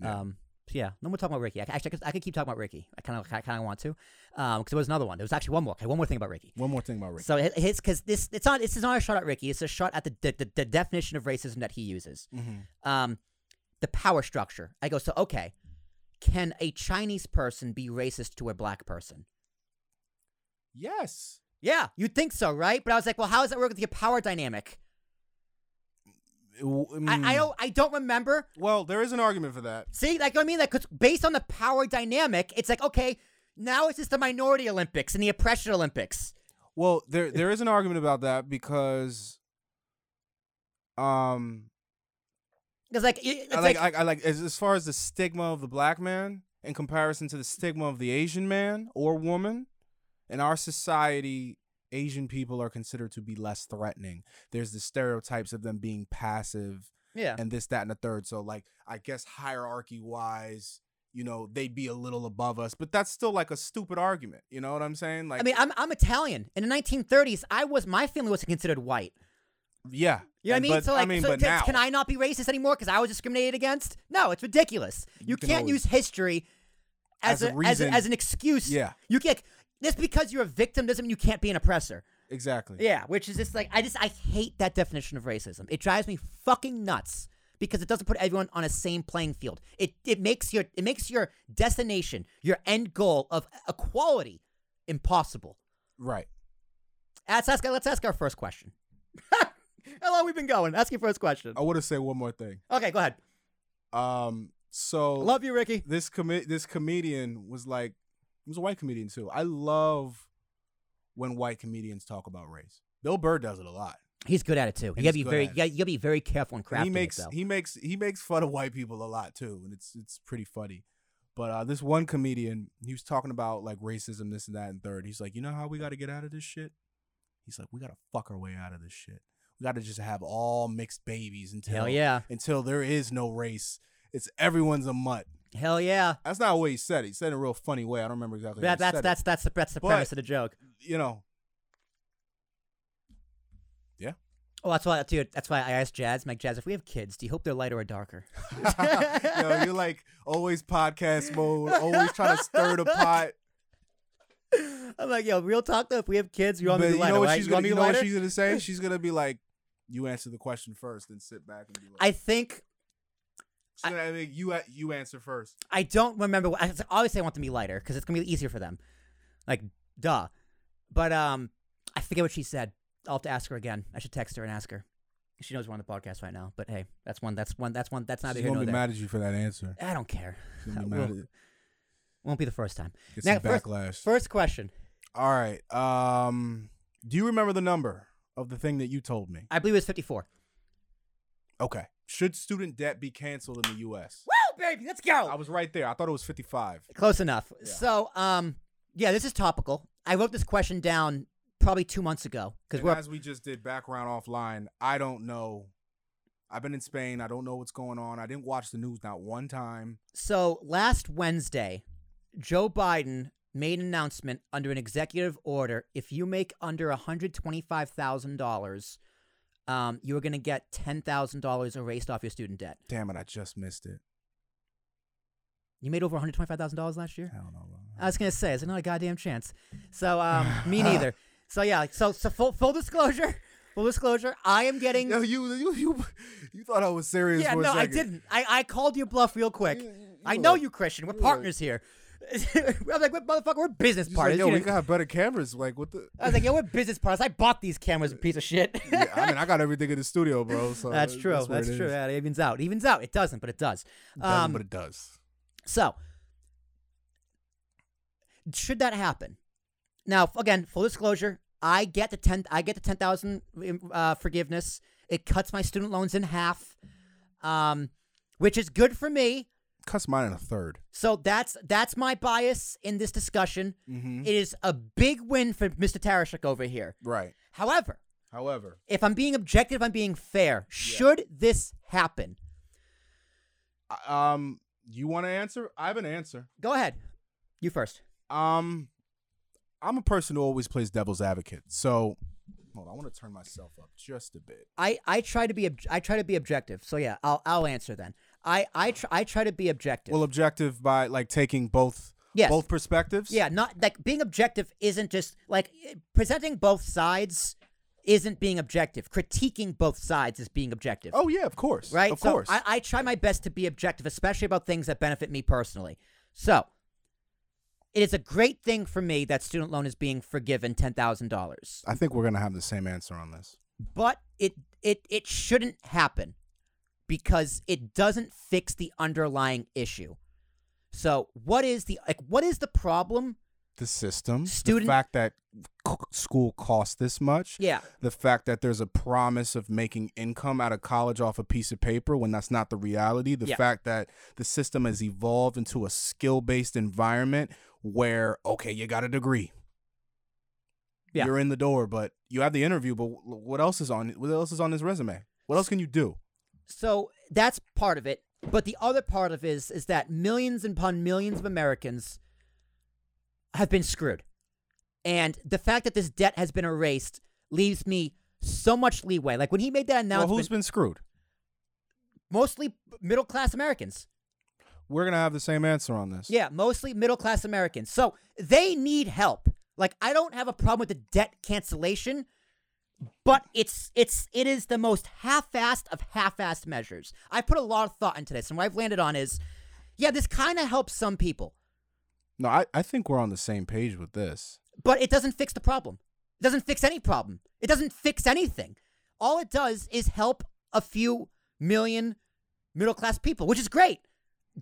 Yeah. Um, so yeah, no more talking about Ricky. I, actually, I could, I could keep talking about Ricky. I kind of, I kind of want to, um, because there was another one. There was actually one more. Okay, one more thing about Ricky. One more thing about race. So hi- his, because this, it's not, this is not a shot at Ricky. It's a shot at the, the, the definition of racism that he uses. Um, the power structure. I go, so okay, can a Chinese person be racist to a black person? Yes, Yeah, you'd think so, right? But I was like, well, how does that work with your power dynamic? Hmm. I, I don't, I don't remember. Well, there is an argument for that. See, like I mean, like 'cause based on the power dynamic, it's like okay, now it's just the minority Olympics and the oppression Olympics. Well, there there is an argument about that because, um, Because like, it- it's I like, like, I, I like as, as far as the stigma of the black man in comparison to the stigma of the Asian man or woman in our society, Asian people are considered to be less threatening. There's the stereotypes of them being passive yeah, and this, that, and the third. So, like, I guess hierarchy wise, you know, they'd be a little above us, but that's still like a stupid argument. You know what I'm saying? Like, I mean, I'm I'm Italian. In the 1930s, I was my family wasn't considered white. Yeah. You know what I And- mean? But, so like, I mean, so but can, now, can I not be racist anymore because I was discriminated against? No, it's ridiculous. You, can can't always- use history as, As a a, as, reason- a, as an excuse. Yeah. You can't. Just because you're a victim doesn't mean you can't be an oppressor. Exactly. Yeah, which is just like I just I hate that definition of racism. It drives me fucking nuts because it doesn't put everyone on a same playing field. It it makes your it makes your destination, your end goal of equality impossible. Right. Let's ask let's ask our first question. How long we been going? Ask your first question. I want to say one more thing. Okay, go ahead. Um. So Love you, Ricky. this comi- this comedian was like, he was a white comedian too. I love when white comedians talk about race. Bill Burr does it a lot. He's good at it too. You He's gotta be good very at you it. gotta, you gotta be very careful and crafting And he makes it, though. he makes he makes fun of white people a lot too, and it's it's pretty funny. But uh, this one comedian, he was talking about like racism, this and that, and third. He's like, you know how we got to get out of this shit? He's like, we got to fuck our way out of this shit. We got to just have all mixed babies until Hell yeah. until there is no race. It's everyone's a mutt. Hell yeah. That's not what he said. He said it in a real funny way. I don't remember exactly. That, what he that's said that's that's the that's the But- premise of the joke. it. you know. Oh, that's why, dude. That's why I asked Jazz, Mike Jazz, if we have kids, do you hope they're lighter or darker? Yo, you're like always podcast mode, always trying to stir the pot. I'm like, yo, real talk though. If we have kids, you want me to But you be lighter, know what right? she's You want gonna me to you be know what lighter? she's gonna say? She's gonna be like, "You answer the question first, then sit back and be like." I think she's gonna make you a- you answer first. I don't remember. What, I always say I want them to be lighter because it's gonna be easier for them. Like, duh. But um, I forget what she said. I'll have to ask her again. I should text her and ask her. She knows we're on the podcast right now. But hey, that's one. That's one. That's one. That's not she's here gonna nor be there. mad at you for that answer. I don't care. She's gonna be I mad will. at you. Won't be the first time. Get Now, some backlash. First question. All right. Um, do you remember the number of the thing that you told me? I believe it was 54. Okay. Should student debt be canceled in the U.S.? Woo, baby, let's go. I was right there. I thought it was fifty-five. Oh, Close enough. Yeah. So, um, yeah, this is topical. I wrote this question down probably two months ago because And we're as we just did background offline, I don't know. I've been in Spain. I don't know what's going on. I didn't watch the news not one time. so last Wednesday, Joe Biden made an announcement under an executive order. If you make under one hundred twenty-five thousand dollars, um, you are going to get ten thousand dollars erased off your student debt. Damn it! I just missed it. You made over one hundred twenty-five thousand dollars last year. I don't know. bro. I was gonna say, it's not a goddamn chance. So, um, me neither. So yeah, so so full, full disclosure, full disclosure, I am getting. Yo, you, you, you, you thought I was serious Yeah, for a no, I second. didn't. I, I called your bluff real quick. I you know were- you, Christian. We're were- partners here. I'm like, what motherfucker? We're business She's partners. like, yo, You we know- gotta have better cameras. Like, what the? I was like, yo, we're business partners. I bought these cameras, you piece of shit. Yeah, I mean, I got everything in the studio, bro. So that's true. what That's, it true. is. Yeah, it evens out. It evens out. It doesn't, but it does. Doesn't, Um, but it does. So, should that happen? Now, f- again, full disclosure, I get the ten. I get the ten thousand uh, forgiveness. It cuts my student loans in half, um, which is good for me. Cuts mine in a third. So that's that's my bias in this discussion. Mm-hmm. It is a big win for Mr. Tarashuk over here. Right. However, However, if I'm being objective, I'm being fair. Should this happen? I- um, you want to answer? I have an answer. Go ahead. You first. Um, I'm a person who always plays devil's advocate. So, hold on. I want to turn myself up just a bit. I, I try to be ob- I try to be objective. So yeah, I'll I'll answer then. I I tr- I try to be objective. Well, objective by like taking both Yes. both perspectives. yeah, not like being objective isn't just like eh, presenting both sides isn't being objective. Critiquing both sides is being objective. Oh yeah, of course. right? Of so course. I, I try my best to be objective, especially about things that benefit me personally. So it is a great thing for me that student loan is being forgiven ten thousand dollars. I think we're gonna have the same answer on this. But it it it shouldn't happen because it doesn't fix the underlying issue. So what is the like what is the problem? The system, Student- the fact that c- school costs this much, Yeah. the fact that there's a promise of making income out of college off a piece of paper when that's not the reality, the Yeah. fact that the system has evolved into a skill-based environment where okay, you got a degree. Yeah. You're in the door, but you have the interview, but wh- what else is on what else is on this resume? What else can you do? So that's part of it. But the other part of it is is that millions and upon millions of Americans have been screwed. And the fact that this debt has been erased leaves me so much leeway. Like when he made that Well, announcement, who's been screwed? mostly middle class Americans. We're gonna have the same answer on this. Yeah, mostly middle class Americans. So they need help. Like I don't have a problem with the debt cancellation, but it's it's it is the most half-assed of half-assed measures. I put a lot of thought into this, and what I've landed on is, yeah, this kind of helps some people, No, I, I think we're on the same page with this. but it doesn't fix the problem. It doesn't fix any problem. It doesn't fix anything. All it does is help a few million middle class people, which is great.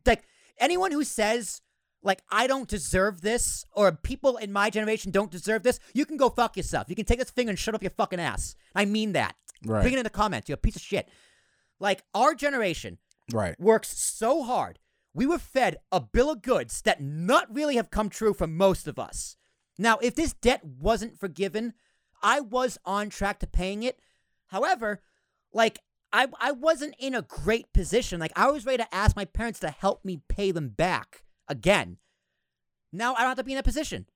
Like anyone who says like I don't deserve this or people in my generation don't deserve this, you can go fuck yourself. You can take this finger and shut up your fucking ass. I mean that. Right. Bring it in the comments. You're a piece of shit. Like our generation Right. works so hard. We were fed a bill of goods that not really have come true for most of us. Now, if this debt wasn't forgiven, I was on track to paying it. However, like I, I wasn't in a great position. Like I was ready to ask my parents to help me pay them back again. Now I don't have to be in that position.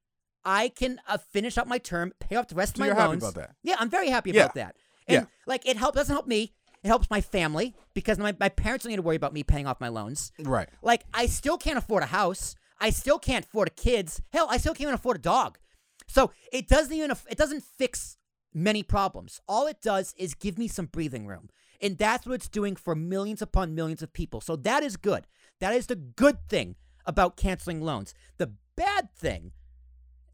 I can uh, finish up my term, pay off the rest So of my you're happy loans. about that? Yeah, I'm very happy Yeah. about that. And Yeah. like it help doesn't help me. It helps my family because my, my parents don't need to worry about me paying off my loans. Right. Like I still can't afford a house. I still can't afford a kids. Hell, I still can't even afford a dog. So it doesn't even it doesn't fix many problems. All it does is give me some breathing room. And that's what it's doing for millions upon millions of people. So that is good. That is the good thing about canceling loans. The bad thing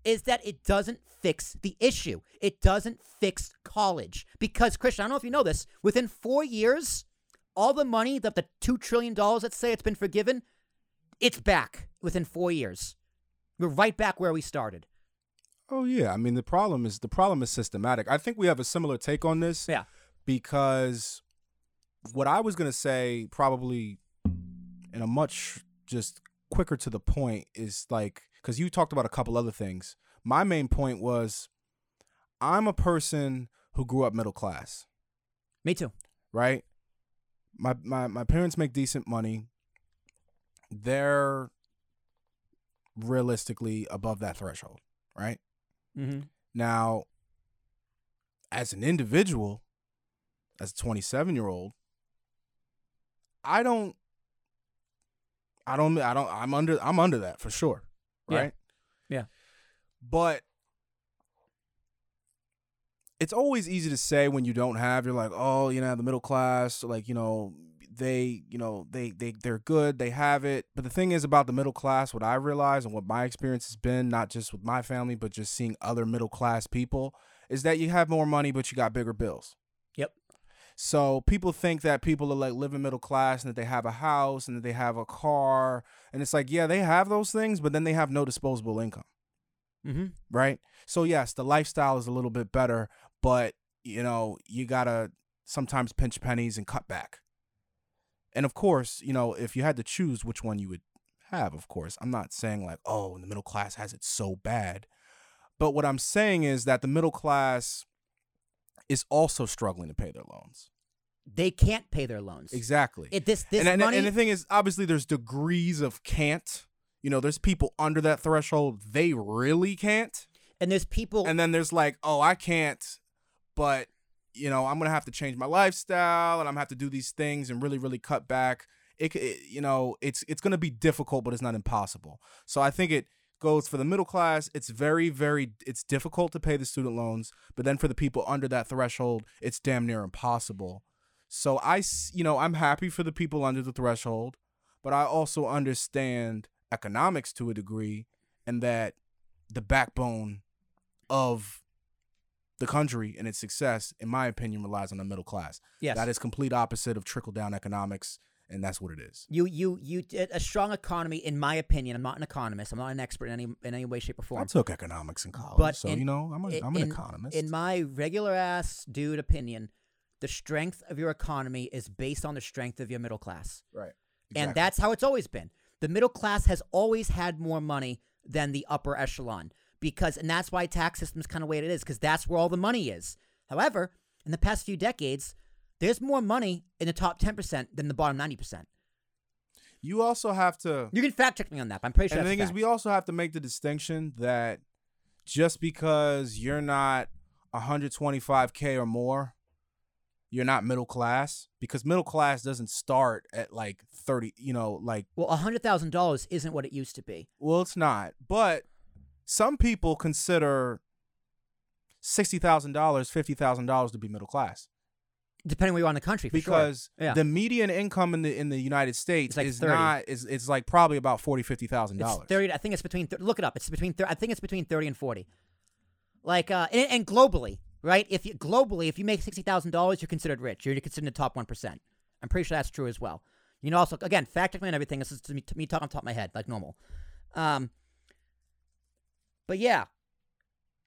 is that it doesn't fix the issue. It doesn't fix college. Because, Christian, I don't know if you know this, within four years, all the money that the $2 trillion, let's say it's been forgiven, it's back within four years. We're right back where we started. Oh yeah. I mean the problem is the problem is systematic. I think we have a similar take on this. Yeah. because what I was gonna say, probably in a much just quicker to the point, is like because you talked about a couple other things. My main point was I'm a person who grew up middle class, Me too. right? My my my parents make decent money. They're realistically above that threshold, right? Mm-hmm. Now, as an individual, as a 27 year old, I don't, I don't, I don't, I'm under, I'm under that for sure. Yeah. Right. Yeah. But it's always easy to say when you don't have, you're like, oh, you know, the middle class, like, you know, they, you know, they, they, they're good, they have it. But the thing is about the middle class, what I realize and what my experience has been, not just with my family, but just seeing other middle class people, is that you have more money, but you got bigger bills. Yep. So people think that people are like living middle class and that they have a house and that they have a car. And it's like, yeah, they have those things, but then they have no disposable income, Mm-hmm. right? So, yes, the lifestyle is a little bit better, but you know, you gotta sometimes pinch pennies and cut back. And of course, you know, if you had to choose which one you would have, of course, I'm not saying like, oh, the middle class has it so bad. But what I'm saying is that the middle class is also struggling to pay their loans. They can't pay their loans. Exactly. It, this this and, and- money. and the thing is, obviously, there's degrees of can't. You know, there's people under that threshold they really can't, and there's people. and then there's like, oh, I can't, but you know, I'm gonna have to change my lifestyle, and I'm gonna have to do these things and really, really cut back. It, c- it you know, it's it's gonna be difficult, but it's not impossible. So I think it goes for the middle class. It's very, very, it's difficult to pay the student loans, but then for the people under that threshold, it's damn near impossible. So I, s- you know, I'm happy for the people under the threshold, but I also understand economics to a degree, and that the backbone of the country and its success, in my opinion, relies on the middle class. yes. That is complete opposite of trickle down economics, and that's what it is. You you you a strong economy, in my opinion. I'm not an economist. I'm not an expert in any in any way, shape, or form. I took economics in college, But so in- you know I'm, a, i- am an in- economist. In my regular ass dude opinion, the strength of your economy is based on the strength of your middle class. right, And that's how it's always been. The middle class has always had more money than the upper echelon because, and that's why tax system's kind of way it is because that's where all the money is. However, in the past few decades, there's more money in the top 10% than the bottom 90%. you also have to. You can fact check me on that, but I'm pretty sure and the that's thing a is, fact. we also have to make the distinction that just because you're not 125k or more, you're not middle class because middle class doesn't start at like 30, you know, like Well, hundred thousand dollars isn't what it used to be. well, it's not. But some people consider $60,000, $50,000 to be middle class Depending where you are in the country, for sure. because yeah. the median income in the in the United States It's like is 30. not is it's like probably about 40 50,000 It's dollars. thirty. I think it's between. thir- Look it up. It's between. thir- I think it's between thirty and forty. Like uh, and, and globally, right? If you globally, if you make sixty thousand dollars, you're considered rich. You're considered in the top one percent. I'm pretty sure that's true as well. You know, also again, fact check me and everything. This is to me, to me talking off the top of my head, like normal. Um, but yeah,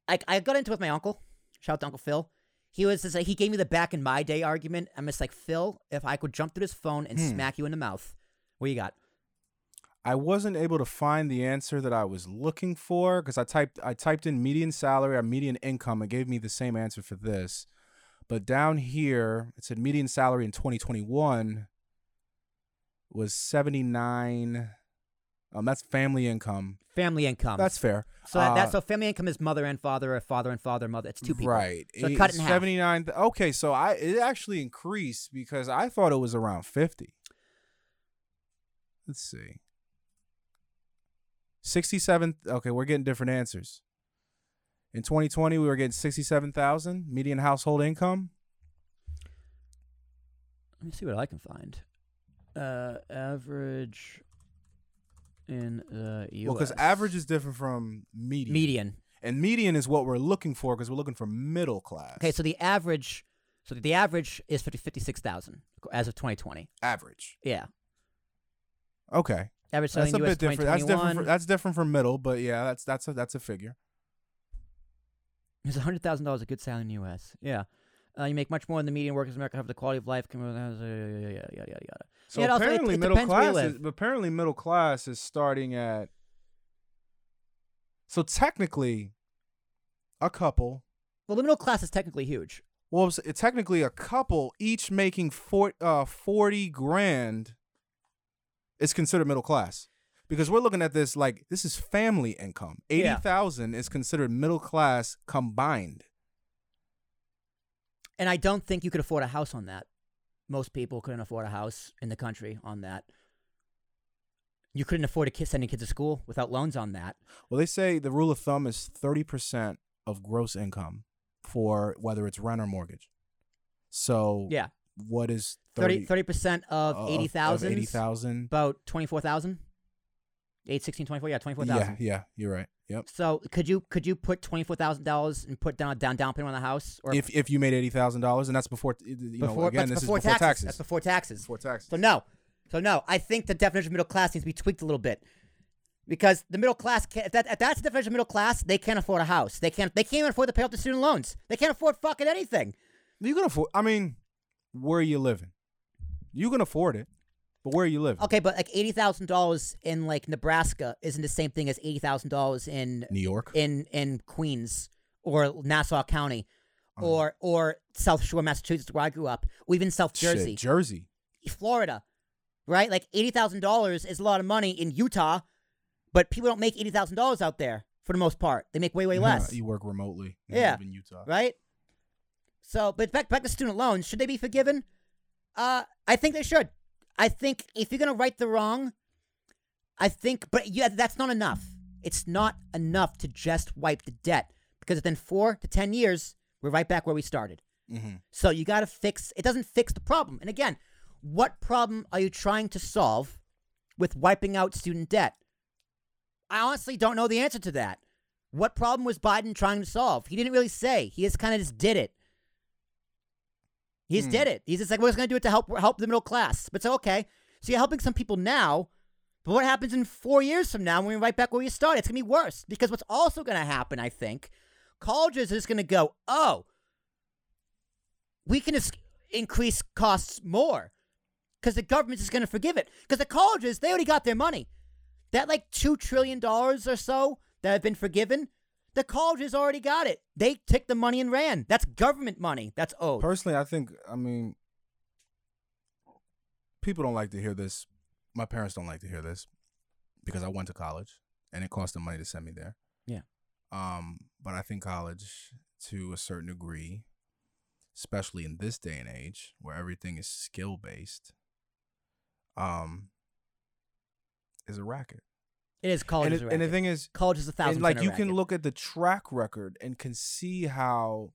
I I got into it with my uncle. Shout out to Uncle Phil. He was just like, he gave me the back in my day argument. I'm just like Phil, if I could jump through this phone Hmm. and smack you in the mouth, what you got? I wasn't able to find the answer that I was looking for because I typed I typed in median salary or median income. It gave me the same answer for this, but down here it said median salary in 2021 was 79. Um, that's family income. Family income. That's fair. Um, So that, Uh, that's so family income is mother and father, or father and father, mother. It's two people. Right. So cut it in half. 79. Okay, so I it actually increased because I thought it was around 50. Let's see. 67 Okay, we're getting different answers. In 2020, we were getting 67,000 median household income. Let me see what I can find. Uh, average in the U.S. Well, cuz average is different from median. median. And median is what we're looking for cuz we're looking for middle class. Okay, so the average, so the average is 50, 56,000 as of twenty twenty. average. Yeah, Okay. average That's selling a U.S. bit different. That's different 2021 from, that's different from middle, but yeah, that's that's a that's a figure. is hundred thousand dollars a good salary in the U.S. Yeah. Uh, you make much more than the median workers in America have the quality of life. can- Yada yada yada yada. yada. So Yeah, it also- it- apparently, it middle depends where you class. Is, live. apparently, middle class is starting at. So technically, a couple. Well, the middle class is technically huge. Well, it's- it- technically, a couple each making four, uh, forty grand. Is considered middle class because we're looking at this like this is family income. Eighty Yeah. thousand is considered middle class combined. And I don't think you could afford a house on that. Most people couldn't afford a house in the country on that. You couldn't afford to kid, send your kids to school without loans on that. Well, they say the rule of thumb is 30% of gross income for whether it's rent or mortgage. So, Yeah. what is 30 percent Oh, of of- eighty thousand. Of 80,000. About twenty four thousand. Eight, sixteen, twenty four. Yeah, twenty four Yeah, thousand. yeah, you're right. Yep. So could you could you put twenty four thousand dollars and put down down down payment on the house or If if you made $80,000 and that's before you know, before again, that's this before is before taxes. That's before taxes. Before taxes. So no, so no. I think the definition of middle class needs to be tweaked a little bit because the middle class, can, if, that, if that's the definition of middle class, they can't afford a house. They can't. They can't even afford to pay off the student loans. They can't afford fucking anything. you can afford I mean, where are you living? You can afford it, but where are you living? Okay, but like eighty thousand dollars in like Nebraska isn't the same thing as eighty thousand dollars in New York. in in Queens or Nassau County. Uh-huh. Or or South Shore, Massachusetts, where I grew up, or even South Shit, Jersey. Jersey. Florida, right? Like eighty thousand dollars is a lot of money in Utah, but people don't make eighty thousand dollars out there for the most part. They make way way less, you work remotely. and Yeah. live in Utah. right? So, but back back to student loans, should they be forgiven? Uh, I think they should. I think if you're gonna right the wrong, I think, but yeah, that's not enough. It's not enough to just wipe the debt because within four to ten years, we're right back where we started. Mhm. So you got to fix it doesn't fix the problem. And again, what problem are you trying to solve with wiping out student debt? I honestly don't know the answer to that. What problem was Biden trying to solve? He didn't really say. He just kind of just did it. He just did it. He's just like, we're just going to do it to help help the middle class. But so okay, so you're helping some people now, but what happens in four years from now when we're right back where you started? It's going to be worse because what's also going to happen, I think, colleges is going to go, oh, we can just increase costs more because the government is going to forgive it because the colleges they already got their money that like two trillion dollars or so that have been forgiven the colleges already got it they took the money and ran that's government money that's owed Personally, I think I mean people don't like to hear this. My parents don't like to hear this because I went to college and it cost them money to send me there. Yeah. Um, but I think college, to a certain degree, especially in this day and age where everything is skill based, um, is a racket. It is college. And, is it- a and the racket. thing is, college is a thousand. and like percent you a can racket. look at the track record and can see how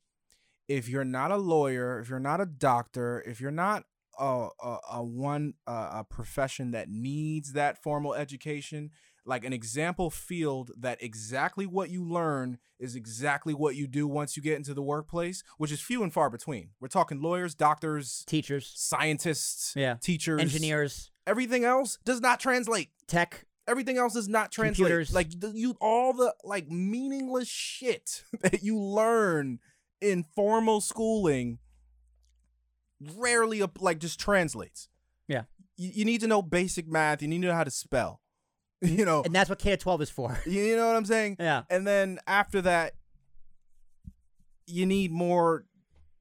if you're not a lawyer if you're not a doctor if you're not a, a, a one a, a profession that needs that formal education like an example field that exactly what you learn is exactly what you do once you get into the workplace which is few and far between we're talking lawyers doctors teachers, scientists Yeah. teachers engineers, everything else does not translate tech. everything else does not translate. Computers. Like the, you, all the like meaningless shit that you learn in formal schooling rarely ap- like just translates. Yeah. You, you need to know basic math. You need to know how to spell. You know. And that's what K to twelve is for. you, you know what I'm saying? Yeah. And then after that, you need more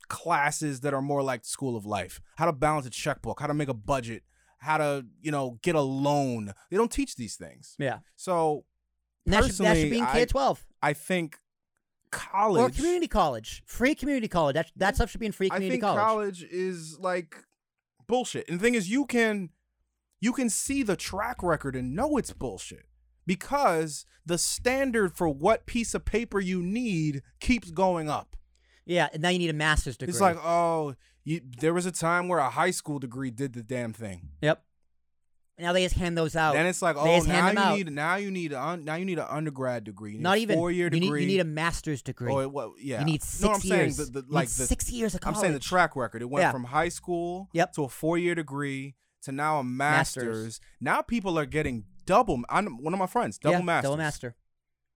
classes that are more like the school of life. How to balance a checkbook. How to make a budget. How to you know get a loan. They don't teach these things. Yeah. So And that, should, that should be in K Personally, to twelve I think or college. community college, free community college. That that stuff should be in free I community think college. college is like bullshit. And the thing is, you can you can see the track record and know it's bullshit because the standard for what piece of paper you need keeps going up. Yeah, and now you need a master's degree. It's like, oh, you, there was a time where a high school degree did the damn thing. yep. Now they just hand those out. Then it's like, They oh, just hand now them you out. need now you need a un, now you need an undergrad degree, you need not a even four year you degree. need, you need a master's degree. Oh, it- well, yeah. You need no, I'm six saying years. the, the, You need like the, six years of I'm college. saying the track record. It went Yeah. from high school Yep. to a four year degree to now a Masters. master's. Now people are getting double. I'm, one of my friends, double yeah, masters. double master.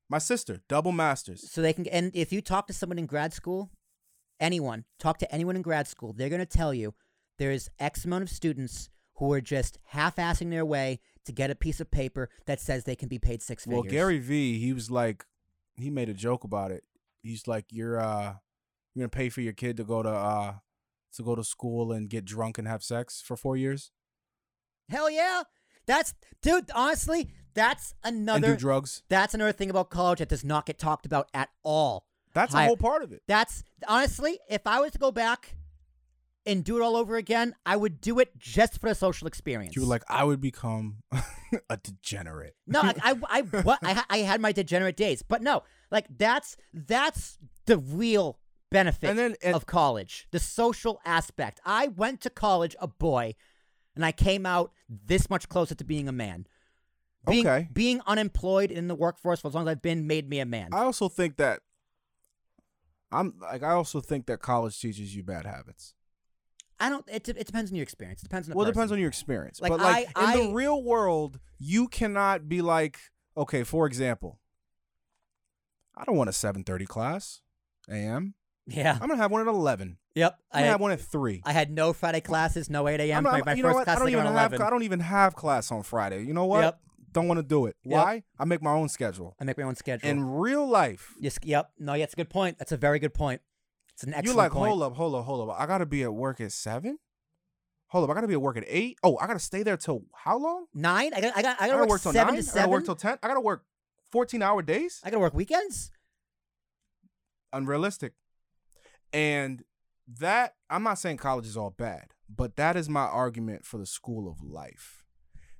My sister, double masters. So they can, and if you talk to someone in grad school, anyone, talk to anyone in grad school, they're going to tell you there is X amount of students who are just half assing their way to get a piece of paper that says they can be paid six Well, figures. Gary V, he was like, he made a joke about it. He's like, you're uh, you're gonna pay for your kid to go to uh, to go to school and get drunk and have sex for four years Hell yeah. That's, dude, honestly, that's and another, do drugs. that's another thing about college that does not get talked about at all. That's Hi- a whole part of it. That's honestly, if I was to go back and do it all over again, I would do it just for the social experience. You were like, I would become a degenerate. No, I, I, I, what, I, ha- I had my degenerate days, but no, like that's that's the real benefit And then- and- of college, the social aspect. I went to college a boy, and I came out this much closer to being a man. Being, Okay. Being unemployed in the workforce for as long as I've been made me a man. I also think that I'm like I also think that college teaches you bad habits. I don't. It, de- it depends on your experience. It depends on. The well, it person. depends on your experience. Like, but like I- in I- the real world, you cannot be like, okay, for example, I don't want a 7:30 class a.m. Yeah. I'm gonna have one at 11. yep. I'm I gonna had, have one at three. I had no Friday classes, no eight a.m. I'm My, not- my you know first what? class I don't thing even around have. eleven. I don't even have class on Friday. You know what? Yep. Don't want to do it. Yep. Why? I make my own schedule. I make my own schedule. In real life, Yes. Yep. No. Yeah. It's a good point. That's a very good point. It's an excellent you like point. hold up, hold up, hold up. I gotta be at work at seven. Hold up, I gotta be at work at eight. Oh, I gotta stay there till how long? Nine. I got. I got. I I got to work, till seven nine. to I gotta seven. work till ten. I gotta work fourteen hour days. I got to work weekends. Unrealistic. And that I'm not saying college is all bad, but that is my argument for the school of life,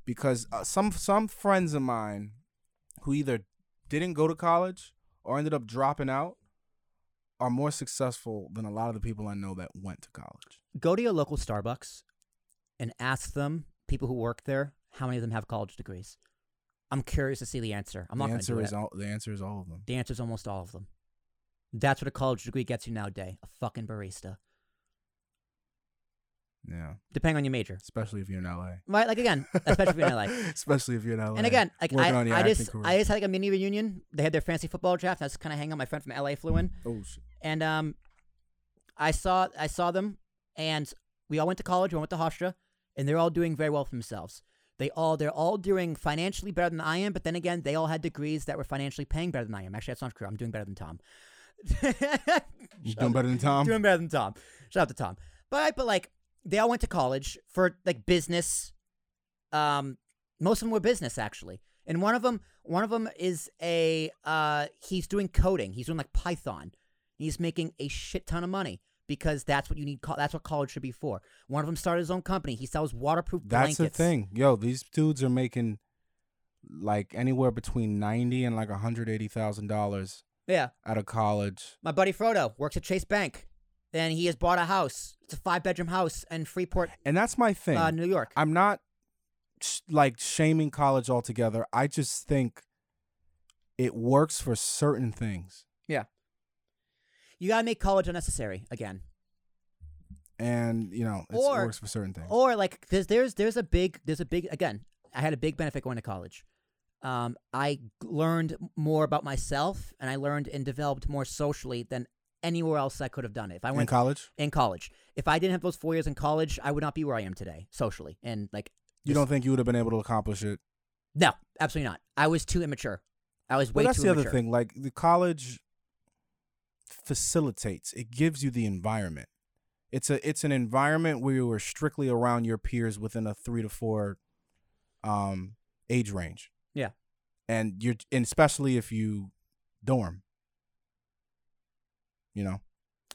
because uh, some some friends of mine who either didn't go to college or ended up dropping out are more successful than a lot of the people I know that went to college. Go to your local Starbucks and ask them people who work there how many of them have college degrees. I'm curious to see the answer. I'm not the going to answer do is it. all, the answer is all of them. The answer is almost all of them. That's what a college degree gets you nowadays. A fucking barista, Yeah, depending on your major. especially if you're in LA. Right? Like again, especially if you're in LA. especially if you're in LA. And again, like working on I, your I acting just career. I just had like a mini reunion. They had their fancy football draft. I was kind of hanging out. My friend from LA flew in. oh shit. and um, I saw I saw them, and we all went to college. We all went to Hofstra, and they're all doing very well for themselves. They all they're all doing financially better than I am, but then again, they all had degrees that were financially paying better than I am. Actually, that's not true. I'm doing better than Tom. You doing better than Tom. doing better than Tom. Shout out to Tom. But but like they all went to college for like business. Um, most of them were business actually, and And one of them, one of them is a uh, he's doing coding. He's doing like Python. He's making a shit ton of money because that's what you need. co- That's what college should be for. One of them started his own company. He sells waterproof That's blankets. the thing. Yo, these dudes are making like anywhere between 90 and like $180,000 Yeah, out of college. my buddy Frodo works at Chase Bank, and he has bought a house. It's a five bedroom house in Freeport, And that's my thing. uh, New York. I'm not sh- like shaming college altogether. I just think it works for certain things. yeah, you gotta make college unnecessary again. And, you know, it's, Or- it works for certain things. Or like, there's there's there's a big there's a big again. I had a big benefit going to college. Um, I g- learned more about myself, and I learned and developed more socially than anywhere else I could have done it. If I in went college, in college, if I didn't have those four years in college, I would not be where I am today socially. And like, you don't think you would have been able to accomplish it. no, absolutely not. I was too immature. I was way Well, that's too the immature. other thing. Like the college facilitates; it gives you the environment. It's a it's an environment where you are strictly around your peers within a three to four um, age range, Yeah. and you're and especially if you dorm. You know,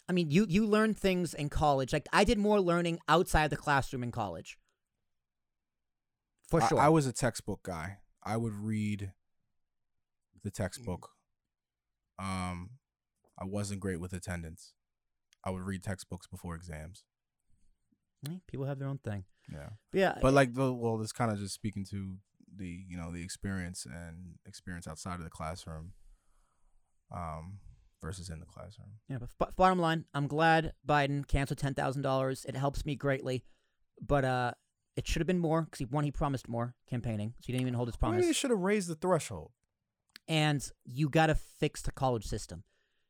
I mean, you you learn things in college. Like I did more learning outside the classroom in college. For I- sure. I, was a textbook guy. I would read the Mm-hmm. textbook. Um, I wasn't great with attendance. I would read textbooks before exams. Eh, People have their own thing. Yeah. But Uh, yeah. but like the well it's kind of just speaking to the you know the experience and experience outside of the classroom um versus in the classroom Yeah, but b- bottom line, I'm glad Biden canceled ten thousand dollars. It helps me greatly, but uh, it should have been more because he one he promised more campaigning, so he didn't even hold his promise. maybe it should have raised the threshold and you got to fix the college system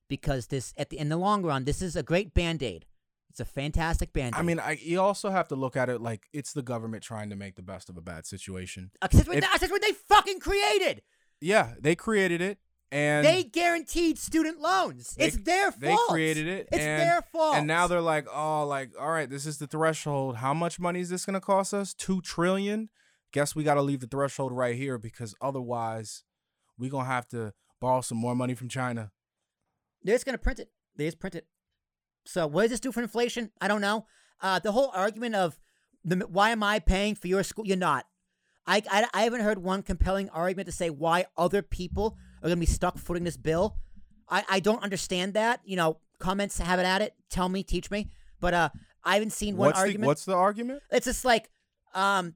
because this at the in the long run, this is a great band aid. It's a fantastic band aid. i mean i you also have to look at it like it's the government trying to make the best of a bad situation Uh, that's what, if- that's what they fucking created. yeah they created it and they guaranteed student loans. they- it's their fault. they created it It's and, their fault. and now they're like oh like all right this is the threshold how much money is this going to cost us 2 trillion guess we got to leave the threshold right here because otherwise we're going to have to borrow some more money from china They're just gonna print it. They just print it. So what does this do for inflation? I don't know. Uh, the whole argument of the, why am I paying for your school? You're not. I, I, I haven't heard one compelling argument to say why other people are gonna be stuck footing this bill. I, I don't understand that. You know, comments have it at it. Tell me, teach me. But uh, I haven't seen one what's argument. the what's the argument It's just like, um,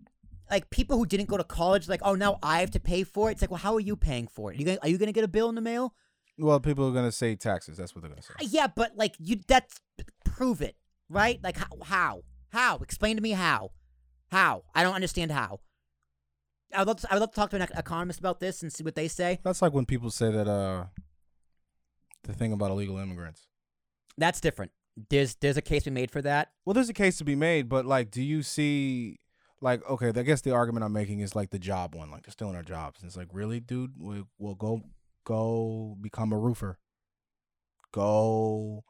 like people who didn't go to college, like, oh, now I have to pay for it. It's like, well, how are you paying for it? Are you gonna, are you gonna get a bill in the mail? Uh, well people are going to say taxes that's what they're going to say Yeah, but like you, that's prove it, right? Like how? How? how? Explain to me how? How? I don't understand how. I would love to, I would love to talk to an ec- economist about this and see what they say. that's like when people say that uh the thing about illegal immigrants That's different. There's there's a case we made for that. well there's a case to be made but like do you see like okay i guess the argument i'm making is like the job one like they're stealing our jobs and it's like really dude we, we'll go go become a roofer go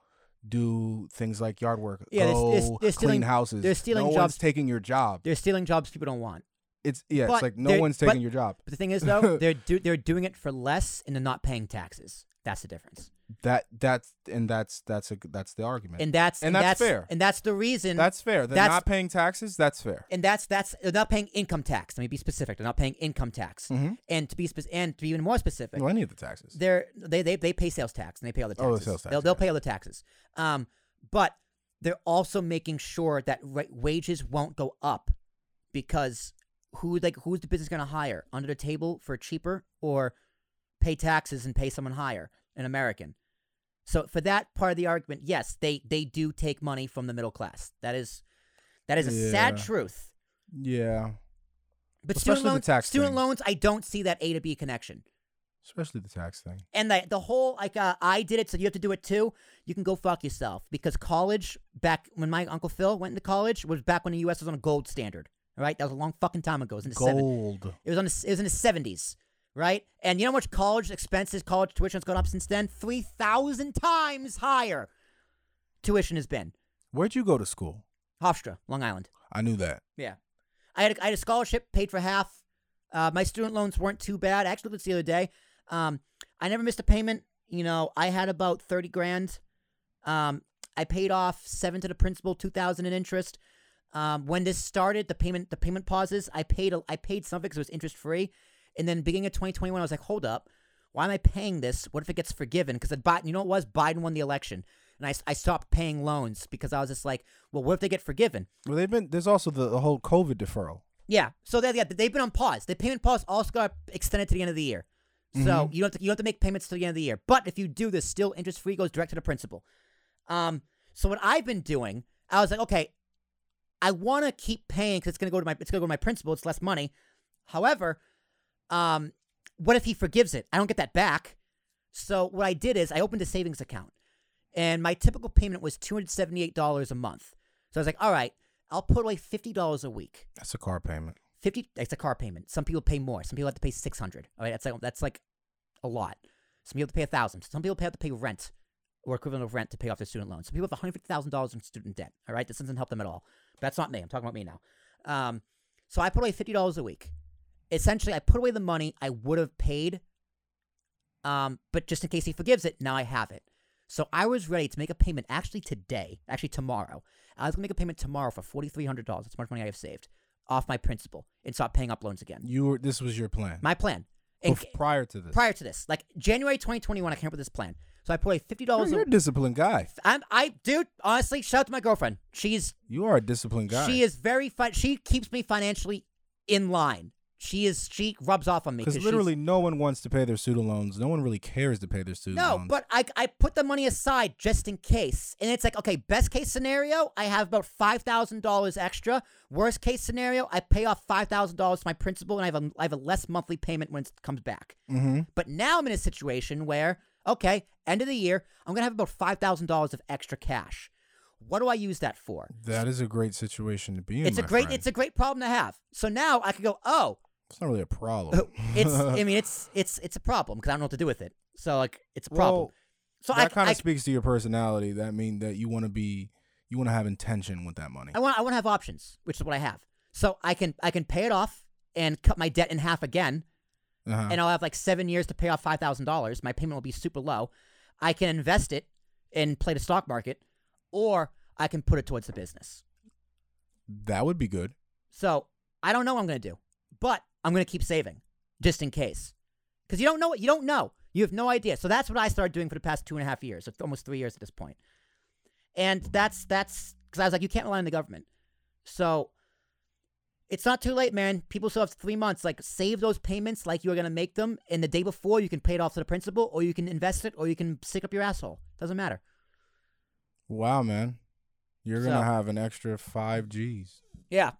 do things like yard work Yeah, they're- go they're- they're stealing- clean houses they're stealing no jobs. one's taking your job They're stealing jobs people don't want. it's yeah But it's like no they're- one's but- taking your job But the thing is though, they're do, they're doing it for less and they're not paying taxes. That's the difference. that that's and that's that's a that's the argument And that's And that's fair. And that's the reason. that's fair they're that's- not paying taxes that's fair and that's that's they're not paying income tax. Let me be specific. They're not paying income tax. Mhm. And to be spe- and to be even more specific, well, any of the taxes they're they they they pay sales tax and they pay all the Oh, taxes. the sales tax, they'll, they'll yeah. pay all the taxes. Um, but they're also making sure that ra- wages won't go up because who like who's the business going to hire under the table for cheaper or pay taxes and pay someone higher an American. So for that part of the argument, yes, they they do take money from the middle class. That is that is a sad Yeah. truth. yeah But Especially student the loans, tax student thing. loans, I don't see that A to B connection. especially the tax thing and the the whole like uh, I did it, so you have to do it too. You can go fuck yourself because college back when my uncle Phil went into college was back when the U.S. was on a gold standard. All right, that was a long fucking time ago. It was in the seventies. gold It was on the, it was in the seventies, right? And you know how much college expenses, college tuition has gone up since then? Three thousand times higher. Tuition has been where'd you go to school Hofstra, Long Island. i knew that Yeah, I had a, I had a scholarship paid for half. Uh, my student loans weren't too bad. I actually looked at this the other day. Um, I never missed a payment. You know, I had about thirty grand. Um, I paid off seven to the principal, two thousand in interest. Um, when this started, the payment the payment pauses. I paid a, I paid some because it was interest free, and then beginning of 2021, I was like, hold up, why am I paying this? What if it gets forgiven? Because Biden, you know what it was Biden won the election, and I, s- I stopped paying loans because I was just like, well, what if they get forgiven? Well, they've been. There's also the, the whole COVID deferral. Yeah, so they yeah, they've been on pause. The payment pause also got extended to the end of the year, so you don't have to, you don't have to make payments to the end of the year. But if you do, this still interest free goes direct to the principal. Um, so what I've been doing, I was like, okay, I want to keep paying because it's gonna go to my it's gonna go to my principal. It's less money. However, um, what if he forgives it? I don't get that back. So what I did is I opened a savings account, and my typical payment was two hundred seventy eight dollars a month. So I was like, all right, I'll put away fifty dollars a week. That's a car payment. Fifty. It's a car payment. Some people pay more. Some people have to pay six hundred. All right, that's like that's like a lot. Some people have to pay a thousand. Some people have to pay rent or equivalent of rent to pay off their student loans. Some people have one hundred fifty thousand dollars in student debt. All right, this doesn't help them at all. But that's not me. I'm talking about me now. Um, so I put away fifty dollars a week. Essentially, I put away the money I would have paid. Um, but just in case he forgives it, now I have it. So I was ready to make a payment actually today, actually tomorrow. I was gonna make a payment tomorrow for forty three hundred dollars. That's how much money I have saved off my principal and start paying up loans again. You were. This was your plan. My plan. And Bef- prior to this. prior to this, like January 2021, I came up with this plan. So I put away fifty You're, dollars. you're a disciplined guy. I'm, I, dude, honestly, shout out to my girlfriend. She's You are a disciplined guy. she is very fun. She keeps me financially in line. She is she rubs off on me Because she's- literally, no one wants to pay their student loans. No one really cares to pay their student No, loans. but I, I put the money aside just in case. And it's like, okay, best case scenario, I have about $5,000 extra. Worst case scenario, I pay off $5,000 to my principal and I have, a, I have a less monthly payment when it comes back. Mm-hmm. But now I'm in a situation where, okay, end of the year, I'm going to have about $5,000 of extra cash. What do I use that for? that is a great situation to be in. it's a my great friend. it's a great problem to have. So now I can go, "Oh, It's not really a problem. it's I mean, it's it's it's a problem because I don't know what to do with it." So like it's a problem. Well, so I that kind I- of speaks to your personality. That mean that you want to be, you want to have intention with that money. I want I want to have options, which is what I have. So I can I can pay it off and cut my debt in half again, Uh-huh. and I'll have like seven years to pay off five thousand dollars. My payment will be super low. I can invest it and play the stock market, or I can put it towards the business. that would be good. So I don't know what I'm gonna do, but I'm gonna keep saving just in case, because you don't know what you don't know. You have no idea. So that's what I started doing for the past two and a half years, or almost three years at this point. And that's that's because I was like, you can't rely on the government. So it's not too late, man. People still have three months. Like save those payments, like you are gonna make them, and the day before you can pay it off to the principal, or you can invest it, or you can stick up your asshole. Doesn't matter. Wow, man, you're So- gonna have an extra five G's. Yeah.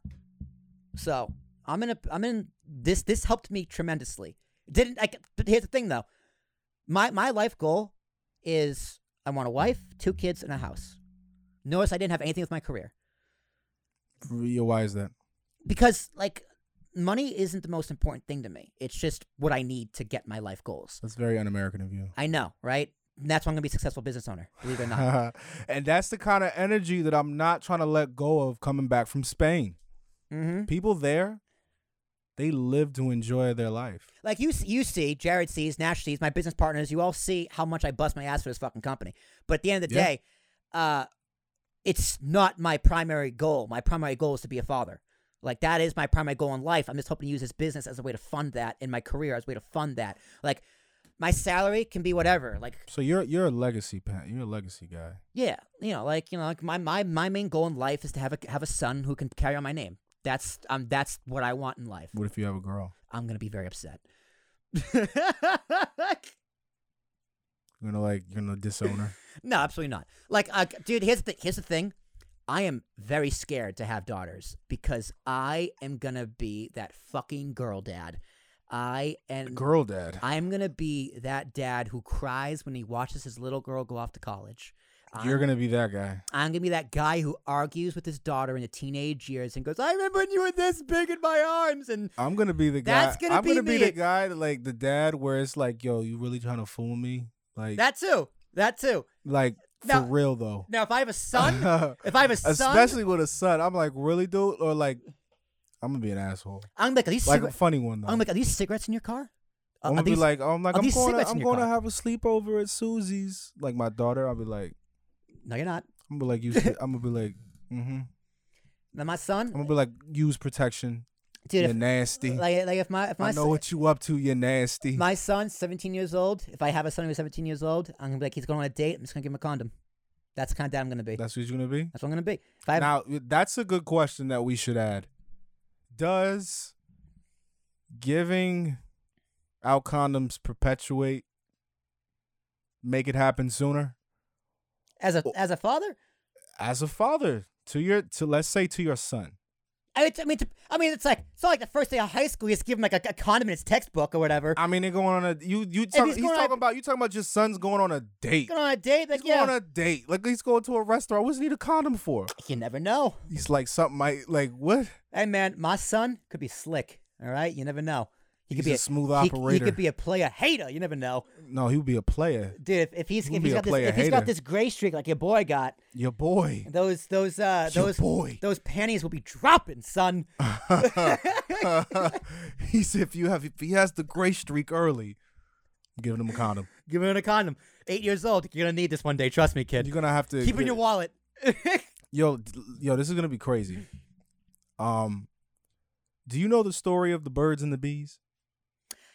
So I'm in a I'm in this this helped me tremendously. Didn't I? But here's the thing though, my my life goal is I want a wife, two kids, and a house. Notice I didn't have anything with my career Re- Why is that? because like money isn't the most important thing to me. It's just what I need to get my life goals. That's very un-American of you. I know, right? And that's why I'm gonna be a successful business owner. Believe it or not. and that's the kind of energy that I'm not trying to let go of coming back from Spain. mm-hmm. People there, they live to enjoy their life. Like you, s- you see, Jared sees, Nash sees, my business partners. You all see how much I bust my ass for this fucking company. But at the end of the Yeah. day, uh, it's not my primary goal. My primary goal is to be a father. Like that is my primary goal in life. I'm just hoping to use this business as a way to fund that, in my career as a way to fund that. Like my salary can be whatever. Like So you're you're a legacy pa- you're a legacy guy. yeah, you know, like you know, like my my my main goal in life is to have a have a son who can carry on my name. That's um that's what I want in life. What if you have a girl? I'm gonna be very upset. You're gonna like you're gonna disown her. No, absolutely not. Like, uh, dude, here's the here's the thing. I am very scared to have daughters because I am gonna be that fucking girl dad. I and girl dad. I am gonna be that dad who cries when he watches his little girl go off to college. You're gonna be that guy. I'm gonna be that guy who argues with his daughter in the teenage years and goes, "I remember when you were this big in my arms," and I'm gonna be the guy. That's gonna I'm be gonna me. be the guy that like the dad where it's like, yo, you really trying to fool me? Like that too, that too. like for Now- real though. Now, if I have a son, if I have a son, Especially with a son, I'm like, really, dude? Or like, I'm gonna be an asshole. I'm gonna be like, are these Like a cigarettes? funny one though. I'm like, are these cigarettes in your car? Uh, are I'm gonna these- be like, I'm like, are I'm these going, cigarettes to, in I'm your going to car? have a sleepover at Susie's. Like my daughter, I'll be like, no, you're not. I'm gonna be like, use, I'm gonna be like, mm-hmm. I'm Now my son, gonna be like, use protection. dude, you're if, nasty. like, like if my if my I know son- what you up to. You're nasty. my son's 17 years old, if I have a son who's 17 years old, I'm gonna be like, he's going on a date. I'm just gonna give him a condom. That's the kind of dad I'm gonna be. That's, That's what you're gonna be. what I'm gonna be. If I have, Now that's a good question that we should add. Does giving out condoms perpetuate make it happen sooner? as a as a father, As a father to your to let's say to your son. I mean, I mean, I mean, it's like it's not like the first day of high school, you just give him like a, a condom in his textbook or whatever. I mean, they're going on a you you talk, he's he's, going on- talking about you talking about your son's going on a date. Going on a date, like he's yeah, going on a date. Like he's going to a restaurant. What's he need a condom for? you never know. He's like something might like what? Hey man, my son could be slick. All right, you never know. He could He's be a smooth he- He, operator. could be a player hater. You never know, No, he would be a player. dude. If, if he's He'll if be he's a got this player if he's got hater. this gray streak like your boy got, Your boy. those those uh Your those boy. those panties will be dropping, son. he said if you have if he has the gray streak early, I'm giving him a condom. Give him a condom. Eight years old, you're gonna need this one day. Trust me, kid. You're gonna have to Keep it in your wallet. yo d- yo. This is gonna be crazy. Um, do you know the story of the birds and the bees?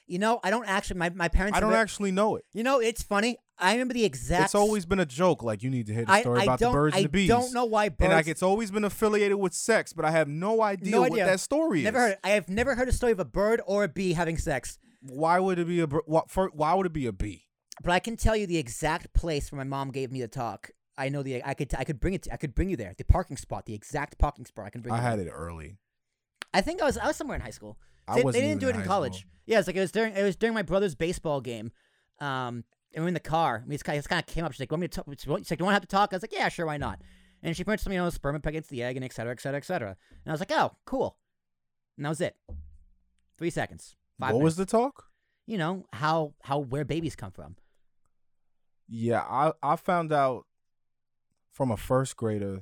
you know, I don't actually. My, my parents. I don't admit- actually know it. You know, it's funny. I remember the exact. It's always been a joke. Like you need to hear the I- story I about the don't- birds I and the bees. don't know why And like birds- it's always been affiliated with sex, but I have no idea no what idea. that story is. Never heard. It. I have never heard a story of a bird or a bee having sex. Why would it be a bir- why, for, why would it be a bee? But I can tell you the exact place where my mom gave me the talk. I know the. I could. I could bring it. To, I could bring you there. The parking spot. The exact parking spot. I can bring. I you had there. it early. I think I was. I was somewhere in high school. I They, wasn't they didn't even do in it in, high college. school. Yeah, it's like it was during. It was during my brother's baseball game. Um, and we're in the car. I mean, it's kind of, it's kind of came up. She's like, "Want me to talk?" She's like, "Do you want to have to talk?" I was like, "Yeah, sure, why not?" And she prints something, you know, sperm impregnates the egg, and et cetera, et cetera, et cetera. And I was like, "Oh, cool." And that was it. Three seconds. Five What was the talk? the? You know how how where babies come from. Yeah, I I found out from a first grader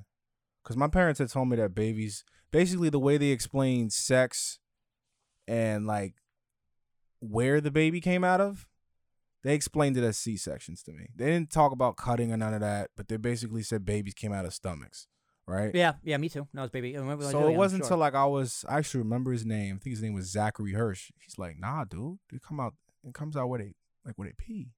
because my parents had told me that babies basically the way they explained sex and like where the baby came out of, they explained it as C sections to me. They didn't talk about cutting or none of that, but they basically said babies came out of stomachs, right? Yeah, yeah, me too. No, it was baby. I remember So it wasn't until like I was I actually remember his name. I think his name was Zachary Hirsch. He's like, nah, dude, it come out it comes out where they like where they pee.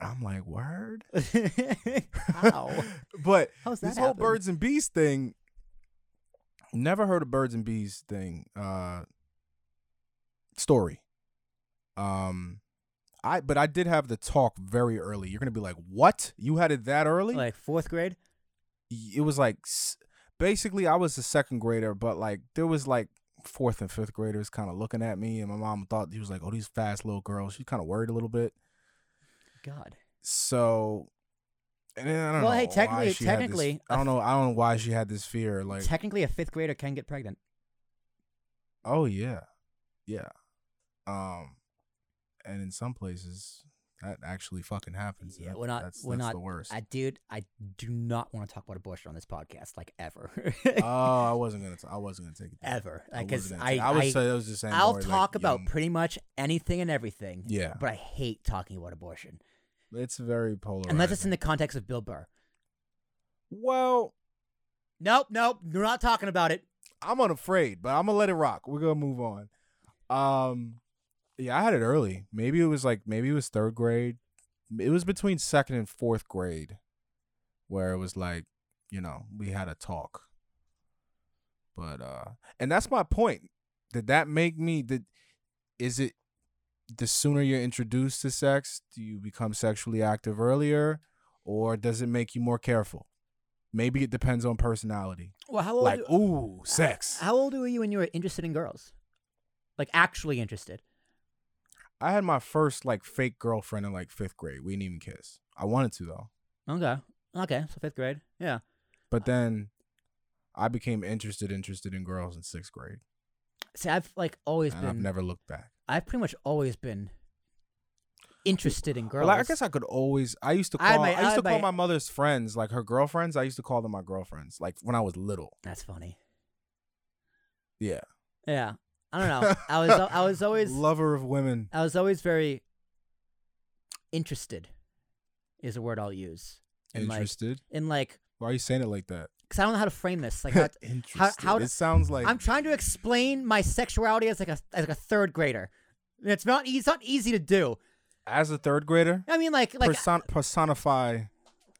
And I'm like, word. like. How? But How's this that whole happen? birds and bees thing, never heard of birds and bees thing uh, story. Um, I but I did have the talk very early. You're gonna be like, what? You had it that early? Like fourth grade. Y- it was like s- basically I was a second grader, but like there was like fourth and fifth graders kind of looking at me, and my mom thought he was like, oh, these fast little girls. She kind of worried a little bit. God. So, and then I don't Well, know. hey, why technically- she had this- technically, I don't know. I don't know why she had this fear. Like, Technically, a fifth grader can get pregnant. oh yeah, yeah. Um, and in some places, that actually fucking happens. Yeah, That- we're not. That's, we're that's not. the worst. I, dude, I do not want to talk about abortion on this podcast, like ever, oh, I wasn't gonna. T- I wasn't gonna take it. ever. I Because wasn't I, gonna I, take- I was. I was just saying. I'll more, like, talk about young- pretty much anything and everything. Yeah. but I hate talking about abortion It's very polarizing. unless it's in the context of Bill Burr. well, Nope, nope. We're not talking about it. I'm unafraid, but I'm gonna let it rock. We're gonna move on. Um, yeah, I had it early. Maybe it was like maybe it was third grade. It was between second and fourth grade, where it was like, you know, we had a talk. But uh, and that's my point. Did that make me? Did is it? The sooner you're introduced to sex, do you become sexually active earlier, or does it make you more careful? Maybe it depends on personality. Well, how old? Like, ooh, sex. how old were you when you were interested in girls? Like actually interested? I had my first like fake girlfriend in like fifth grade. We didn't even kiss. I wanted to though, Okay, okay. So fifth grade. Yeah. but Uh-huh. then I became interested interested in girls in sixth grade, See, I've like always and been. I've never looked back. I've pretty much always been interested in girls. Well, I guess I could always. I used to I had call. I, my- I used to had call my- my mother's friends like her girlfriends. I used to call them my girlfriends, like when I was little. That's funny. Yeah. Yeah, I don't know. I was I was always Lover of women. I was always very interested. Is a word I'll use. In like, Interested. in like, Why are you saying it like that? because I don't know how to frame this. Like, I, Interested. how- it sounds like I'm trying to explain my sexuality as like a as like a third grader. And It's not e, it's not easy to do. as a third grader. I mean, like like person- personify.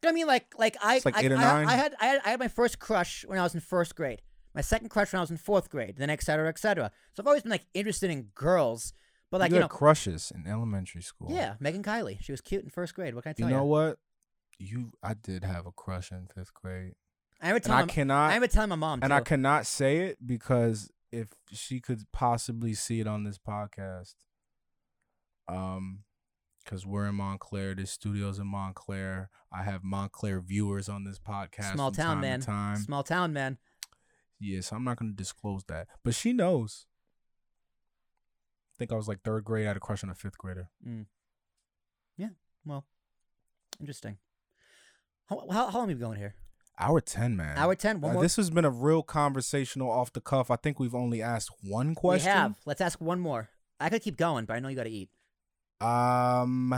I mean, like, like I, It's like I, eight or I- nine. I, had, I had, I had my first crush when I was in first grade. My second crush when I was in fourth grade. Then et cetera, et cetera. So I've always been like interested in girls, but like you, you, had know, crushes in elementary school. yeah, Megan Kylie, she was cute in first grade. What can I You tell you? know what? You, I did have a crush in fifth grade, I would and tell I my, cannot, I would tell my mom. and I too. cannot say it because if she could possibly see it on this podcast, um, because we're in Montclair, this studio's in Montclair. I have Montclair viewers on this podcast. small from town time to man, Time. small town man. Yeah, so I'm not gonna disclose that. But she knows. I think I was like third grade, I had a crush on a fifth grader. Mm. Well, interesting. How, how, how long have we been going here? Hour ten, man. Hour 10, one Uh, more- This has been a real conversational off the cuff. I think we've only asked one question. We have. Let's ask one more. I could keep going, but I know you got to eat. Um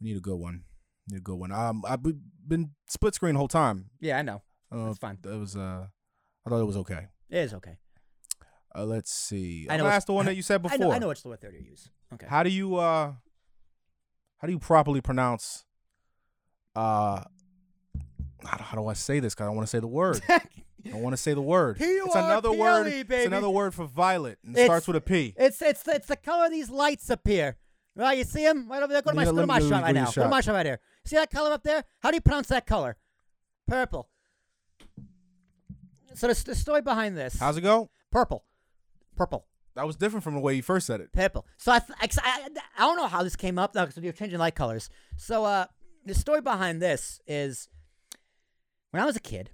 We need a good one. Need a good one. Um I've be- been split screen the whole time. Yeah, I know. I don't know That's if fine. That was uh I thought it was okay. It is okay. Uh, let's see. I I know know. it's- Ask the one that you said before. I know. I know which lower third you use. Okay. How do you uh how do you properly pronounce uh how do, how do I say this? 'Cause I don't want to say the word. I don't want to say the word. It's another word. P-U-R-P-L-E, It's E, baby. another word for violet. And it It's- starts with a P. It's it's it's the color these lights up here. Right, you see them right over there. Go to my, Yeah, go let to my me- shot let right me now. Go to shot. my shot right here. See that color up there? How do you pronounce that color? Purple. So the, the story behind this. How's it go? purple, purple, That was different from the way you first said it. purple. So I, th- I I I don't know how this came up though, because we were changing light colors. So uh, the story behind this is when I was a kid,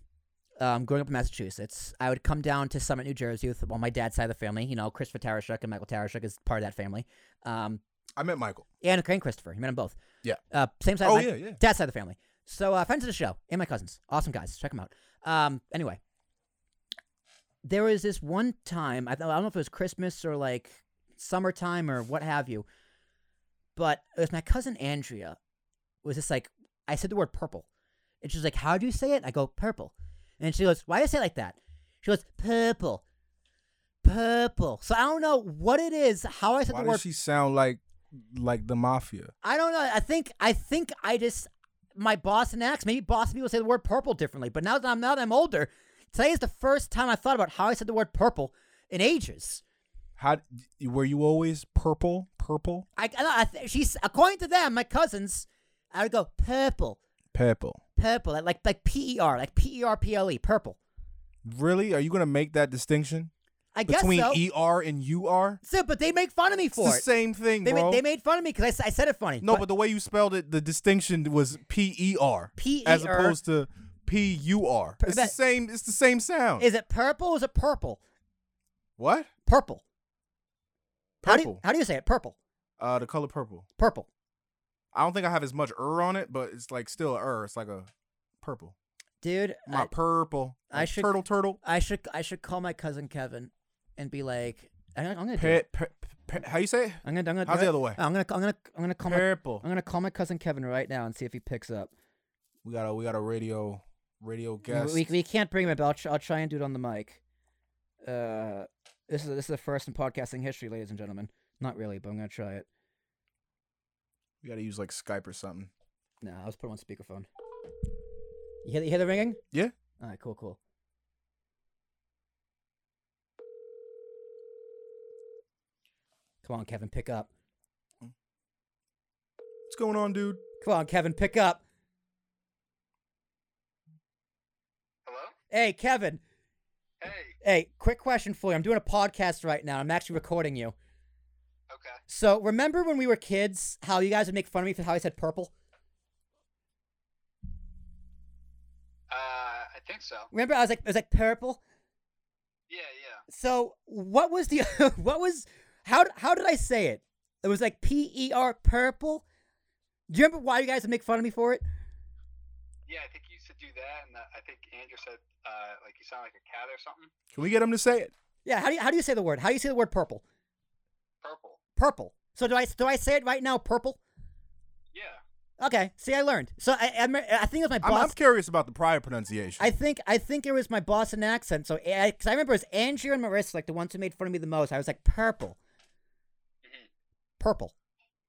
um, growing up in Massachusetts, I would come down to Summit, New Jersey with well, my dad's side of the family. You know, Christopher Tarashuk and Michael Tarashuk is part of that family. Um, I met Michael. and Crane Christopher. You met them both. Yeah. Uh, same side. Oh, of my, yeah, yeah. Dad's side of the family. So uh, friends of the show and my cousins, awesome guys. Check them out. Um, anyway, there was this one time I, th- I don't know if it was Christmas or like summertime or what have you, but it was my cousin Andrea. Was just like I said the word purple, and she's like, "How do you say it?" I go purple, and she goes, "Why do you say it like that?" She goes, "Purple." Purple. So I don't know what it is, how I said Why the word does she sound like like the mafia? I don't know. I think I think I just my Boston accent. Maybe Boston people say the word purple differently. But now that I'm now that I'm older, today is the first time I thought about how I said the word purple in ages. How were you always purple? Purple? I, I, I th- she's according to them, my cousins. I would go purple, Purple. purple, like like, like P E R, like P E R P L E, purple. Really? Are you gonna make that distinction I guess between so. ER and UR? so. But they make fun of me It's the for it. same thing, They, bro. ma- they made fun of me because I, s- I said it funny. No, but, the way you spelled it, the distinction was P E R as P.E.R.. opposed to P U R. Per- It's the that- same. It's the same sound. is it purple? Or is it purple? what? Purple. How do you, Purple. how do you say it? Purple. Uh, the color purple. Purple. I don't think I have as much er on it, but it's like still a er. It's like a purple. Dude, My I- purple. I Like should- turtle turtle. I should I should call my cousin Kevin and be like, I'm gonna, I'm gonna do Pe- it. pe- pe- how you say it? I'm gonna, I'm gonna How's the other way? I'm gonna, I'm gonna, I'm gonna call my, Purple. I'm gonna call my cousin Kevin right now and see if he picks up. We got a we got a radio radio We- guest. We, we can't bring him up. I'll, tr- I'll try and do it on the mic. Uh, this is this is the first in podcasting history, ladies and gentlemen. Not really, but I'm gonna try it. We gotta use like Skype or something. No, I was put on speakerphone. You hear, you hear the ringing? Yeah. All right, cool, cool. Come on, Kevin, pick up. What's going on, dude? Come on, Kevin, pick up. Hello? Hey, Kevin. Hey. Hey, quick question for you. I'm doing a podcast right now. I'm actually recording you. Okay. So, remember when we were kids, how you guys would make fun of me for how I said purple? Uh, I think so. Remember, I was like, it was like purple. Yeah, yeah. So, what was the, what was, how how did I say it? It was like P E R purple. Do you remember why you guys would make fun of me for it? yeah, I think you used to do that, and uh, I think Andrew said uh, like you sound like a cat or something. Can we get him to say it? Yeah, how do you, how do you say the word? How do you say the word purple? Purple. Purple. So do I do I say it right now? Purple. Yeah. Okay. See, I learned. So I I, me- I think it was my I'm, I'm boss. curious about the prior pronunciation. I think I think it was my Boston accent. So because I, remember it was Andrew and Marissa, like the ones who made fun of me the most. I was like purple, Mhm. purple.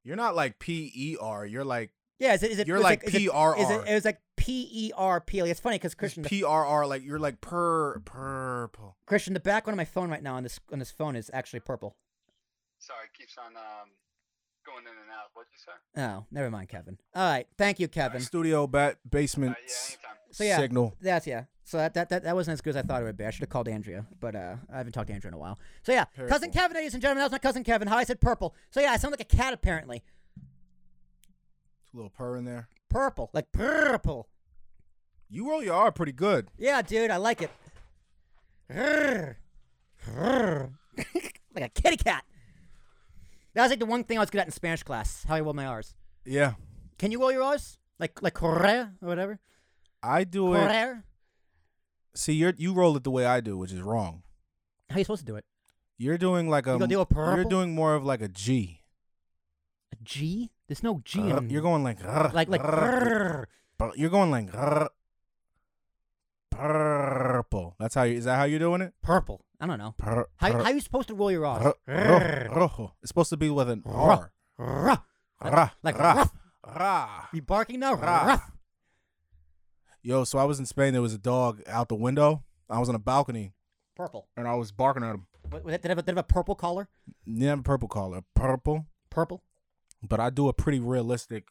You're not like P E R. You're like Yeah, is it? Is it You're it was like is it- PRR. Is it, it was like P E R P L E. It's funny because Christian, the- P R R. Like you're like pur purple. Christian, the background of my phone right now on this on this phone is actually purple. Sorry, it keeps on um, going in and out. What'd you say? Oh, never mind, Kevin. All right, thank you, Kevin. Studio bat Uh, basement yeah, anytime. So yeah, signal. That's yeah. So that, that that that wasn't as good as I thought it would be. I should have called Andrea, but uh, I haven't talked to Andrea in a while. So yeah, cousin Kevin, ladies and gentlemen, that was my cousin Kevin. How I said purple. So yeah, I sound like a cat apparently. A little purr in there. Purple, like purple. You really are pretty good. Yeah, dude, I like it. Grrr. Grrr. like a kitty cat. That was like the one thing I was good at in Spanish class. How I rolled my R's. Yeah, Can you roll your R's? Like like correr or whatever. I do it. Correr. See, you you roll it the way I do, which is wrong. How you supposed to do it? You're doing like a gonna do a you're purple? doing more of like a G. A G? There's no G Uh, in you're going like like like grrr. Pur- You're going like grrr. purple. That's how you. Is that how you're doing it? purple. I don't know. Pur- How, pur- how you supposed to roll your R's? ro- ro- rojo. It's supposed to be with an R. Ruff. Ra, Like ra, ruff. ra. You barking now? Ra. Ruff. Yo, so I was in Spain. There was a dog out the window. I was on a balcony Purple. and I was barking at him. What, did, it have a, did it have a purple collar? Yeah, purple collar, purple. Purple? But I do a pretty realistic,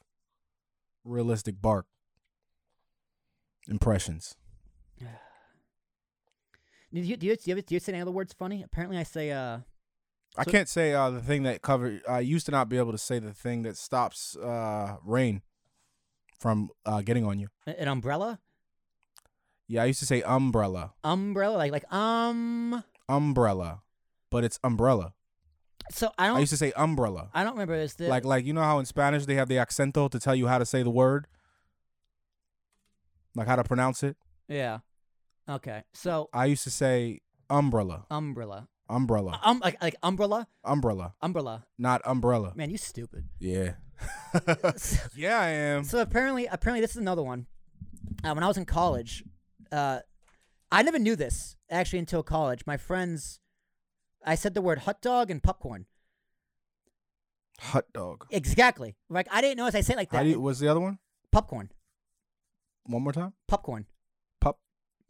realistic bark impressions. Do you, do, you, do, you, do you say any other words funny? Apparently I say, uh, I So- can't say uh, the thing that covered. I used to not be able to say the thing that stops uh, rain from uh, getting on you. an umbrella? Yeah, I used to say umbrella, Umbrella? Like, like, um. umbrella, but it's umbrella. So I don't, I I, used to say umbrella, don't remember. Is the, like like you know how in Spanish they have the accento to tell you how to say the word, like how to pronounce it. yeah. Okay. So I used to say umbrella, umbrella. umbrella, Um, like, like umbrella? umbrella, Umbrella. not umbrella. Man, you stupid. Yeah, So- yeah, I am. So apparently, apparently, this is another one. Uh, when I was in college, uh, I never knew this actually until college. My friends, I said the word hot dog and popcorn Hot dog. exactly. Like I didn't notice I said it like How that. do you, what's the other one? popcorn, One more time. popcorn, Pup.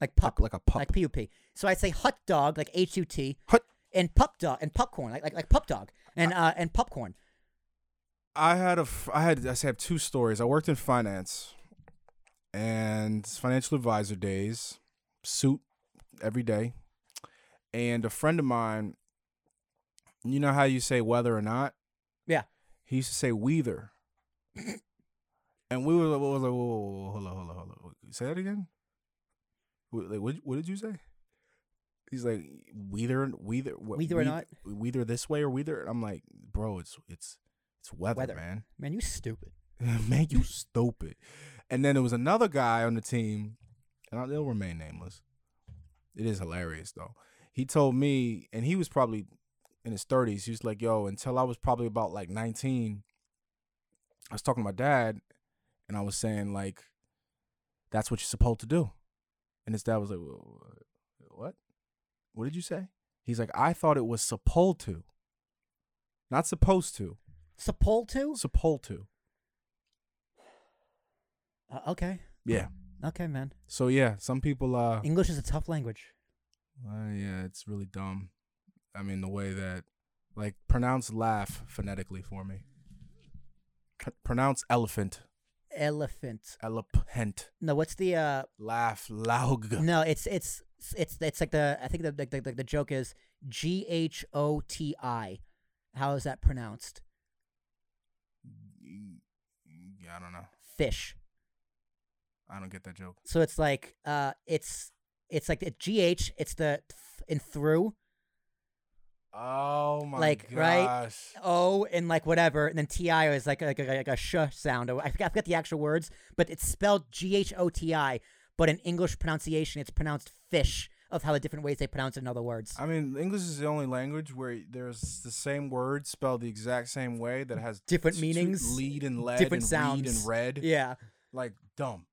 like pup, Like a pup. like pup. So I say hot dog, like h u t, Hot. and pup dog and popcorn, like like like pup dog and uh and popcorn. I had a f- I had I have two stories. I worked in finance and financial advisor days, suit every day. And a friend of mine, you know how you say whether or not? Yeah. He used to say weather. and we were like, whoa, whoa, whoa, whoa, whoa, hold on, hold on, hold on. Say that again? Wh- Like, what, what did you say? He's like, weather, weather, what, Weather or not? Weather this way or weather. And I'm like, bro, it's, it's, it's weather, Weather. man. Man, you stupid. man, you stupid. And then there was another guy on the team, and I- they'll remain nameless. It is hilarious though. He told me, and he was probably in his thirties. He was like, "Yo," until I was probably about like nineteen. I was talking to my dad, and I was saying like, "That's what you're supposed to do," and his dad was like, "Wha- "What? What did you say?" He's like, "I thought it was supposed to, not supposed to, Sepul too? supposed to." Uh, okay, Yeah. okay, man. So yeah, some people uh, English is a tough language. uh yeah, it's really dumb. I mean the way that like pronounce laugh phonetically for me. P- pronounce elephant, Elephant. elephant, No, what's the uh laugh, laug. No, it's it's it's it's like the I think the the, the, the joke is G H O T I. How is that pronounced? Yeah, I don't know. Fish. I don't get that joke. So it's like uh, it's it's like the G H. It's the th- and through. Oh, Oh my like, gosh. right? O and like whatever, and then T I is like like, a, like a sh sound. I forgot, I forgot the actual words, but it's spelled G H O T I. But in English pronunciation, it's pronounced fish. Of how the different ways they pronounce it in other words. I mean, English is the only language where there's the same word spelled the exact same way that has Different s- s- meanings, lead and lead, different and sounds. read and red. Yeah, like dumb,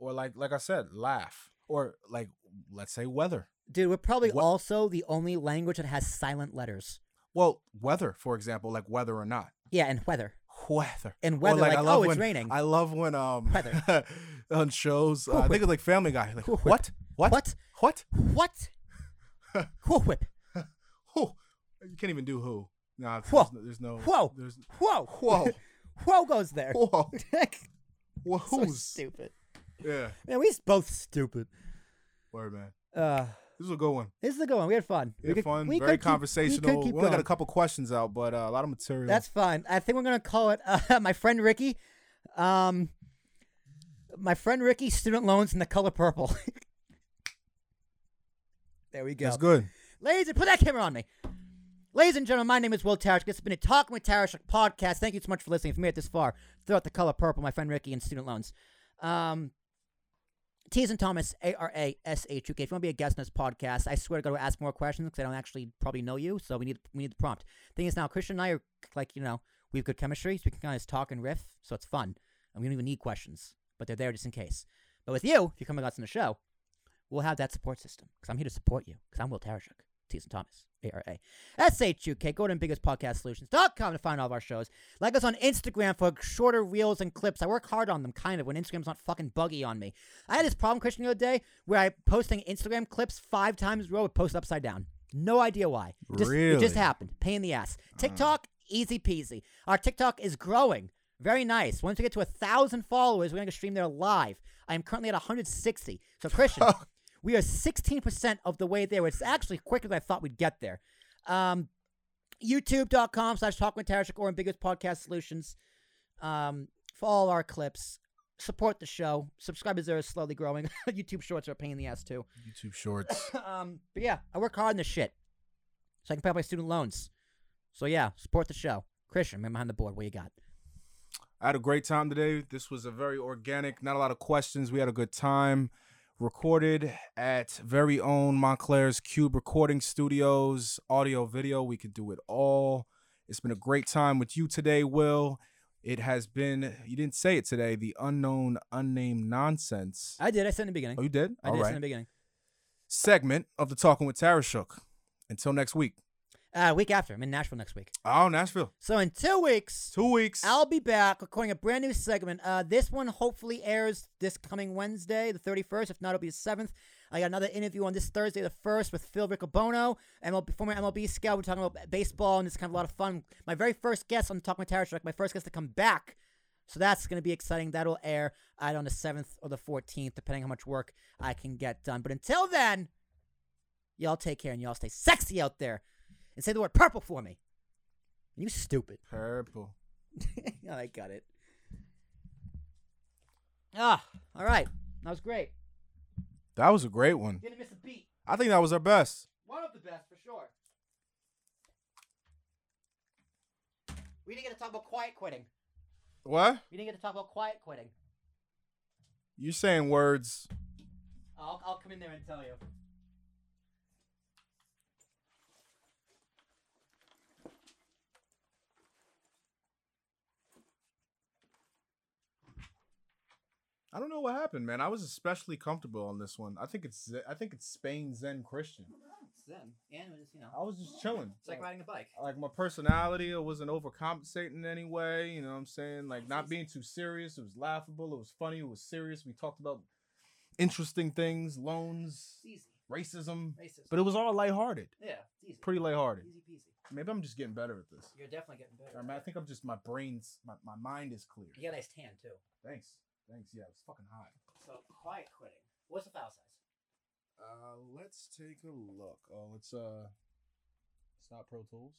or like like I said, laugh, or like let's say weather. dude, we're probably What- also the only language that has silent letters. Well, weather, for example, like weather or not. Yeah, and weather. Weather And Or, weather, like, I oh, love it's when- raining. I love when um Weather. on shows. Uh, I think it's like Family Guy. Like Whoop. what? What? What? What? What? Whoa, whip. Who? You can't even do who. Nah, it's- Whoa. there's no. There's no Whoa. There's Whoa. Whoa. Whoa goes there. whoa. Whoa. so stupid. Yeah. Man, we both stupid. Word, man. Uh, This is a good one. this is a good one. We had fun. We we could- fun, we very could keep- we could conversational. We, keep only got going. a couple questions out, but uh, a lot of material. That's fine. I think we're gonna call it uh, my friend Ricky. Um, my friend Ricky, student loans and the color purple. there we go. That's good. Ladies and put that camera on me. Ladies and gentlemen, my name is Will Tarashuk. This has been a Talking with Tarashuk podcast. Thank you so much for listening. If you made it this far, throw out the color purple, my friend Ricky, and student loans. Um, T's and Thomas, A R A S H U K. If you want to be a guest on this podcast, I swear to God, to ask more questions because I don't actually probably know you, so we need we need the prompt. Thing is, now Christian and I are like you know we have good chemistry, so we can kind of just talk and riff, so it's fun. And we don't even need questions, but they're there just in case. But with you, if you come and guest on the show, we'll have that support system because I'm here to support you because I'm Will Tarashuk, T's and Thomas, A R A S H U K. Go to biggestpodcastsolutions.com to find all of our shows. Like us on Instagram for shorter reels and clips. I work hard on them, kind of, when Instagram's not fucking buggy on me. I had this problem, Christian, the other day where I posting Instagram clips five times in a row, but post upside down. No idea why. It just, It Really? just happened. Pain in the ass. TikTok, easy peasy. Our TikTok is growing. Very nice. Once we get to a thousand followers, we're gonna stream there live. I am currently at 160. So Christian, we are 16% of the way there. which is actually quicker than I thought we'd get there. Um, YouTube.com slash Talk with Tarashuk or Ambiguous Podcast Solutions um, for all our clips. Support the show. Subscribers are slowly growing. YouTube shorts are a pain in the ass, too. YouTube Shorts. Um, but yeah, I work hard on this shit so I can pay off my student loans. So yeah, support the show. Christian, man behind the board, what you got? I had a great time today. This was a very organic, not a lot of questions. We had a good time. Recorded at very own Montclair's Cube Recording Studios, audio, video. We could do it all. It's been a great time with you today, Will. It has been, you didn't say it today, the unknown, unnamed nonsense. I did. I said in the Oh, beginning. you did? I All did right. say in the beginning. Segment of the Talking with Tara Shook. Until next week. Uh, week after, I'm in Nashville next week. Oh, Nashville. So in two weeks, Two weeks. I'll be back recording a brand new segment. Uh, this one hopefully airs this coming Wednesday, the 31st. If not, it'll be the 7th. I got another interview on this Thursday, the 1st, with Phil Riccobono, MLB, former MLB scout. We're talking about baseball, and it's kind of a lot of fun. My very first guest on Talk My Tire Track, my first guest to come back. So that's going to be exciting. That'll air either on the 7th or the 14th, depending how much work I can get done. But until then, y'all take care and y'all stay sexy out there. And say the word purple for me. You stupid. Purple. Oh, I got it. Ah, all right. That was great. That was a great one. Didn't miss a beat. I think that was our best. One of the best for sure. We didn't get to talk about quiet quitting. What? We didn't get to talk about quiet quitting. You saying words. I'll, I'll come in there and tell you. I don't know what happened, man. I was especially comfortable on this one. I think it's Z- I think it's Spain Zen Christian. It's them. And it was, you know, I was just chilling. it's like riding a bike. Like my personality, it wasn't overcompensating in any way. You know what I'm saying? Like not being too serious. It was laughable. It was funny. It was serious. We talked about interesting things, loans, It's easy. racism, Racist. but it was all lighthearted. yeah, it's easy. Pretty lighthearted. easy peasy. Maybe I'm just getting better at this. You're definitely getting better. I, mean, I think I'm just my brain's my, my mind is clear. You got a nice tan too. Thanks. Thanks. Yeah, it was fucking hot. So quiet quitting. What's the file size? Uh, let's take a look. Oh, it's uh, it's not Pro Tools.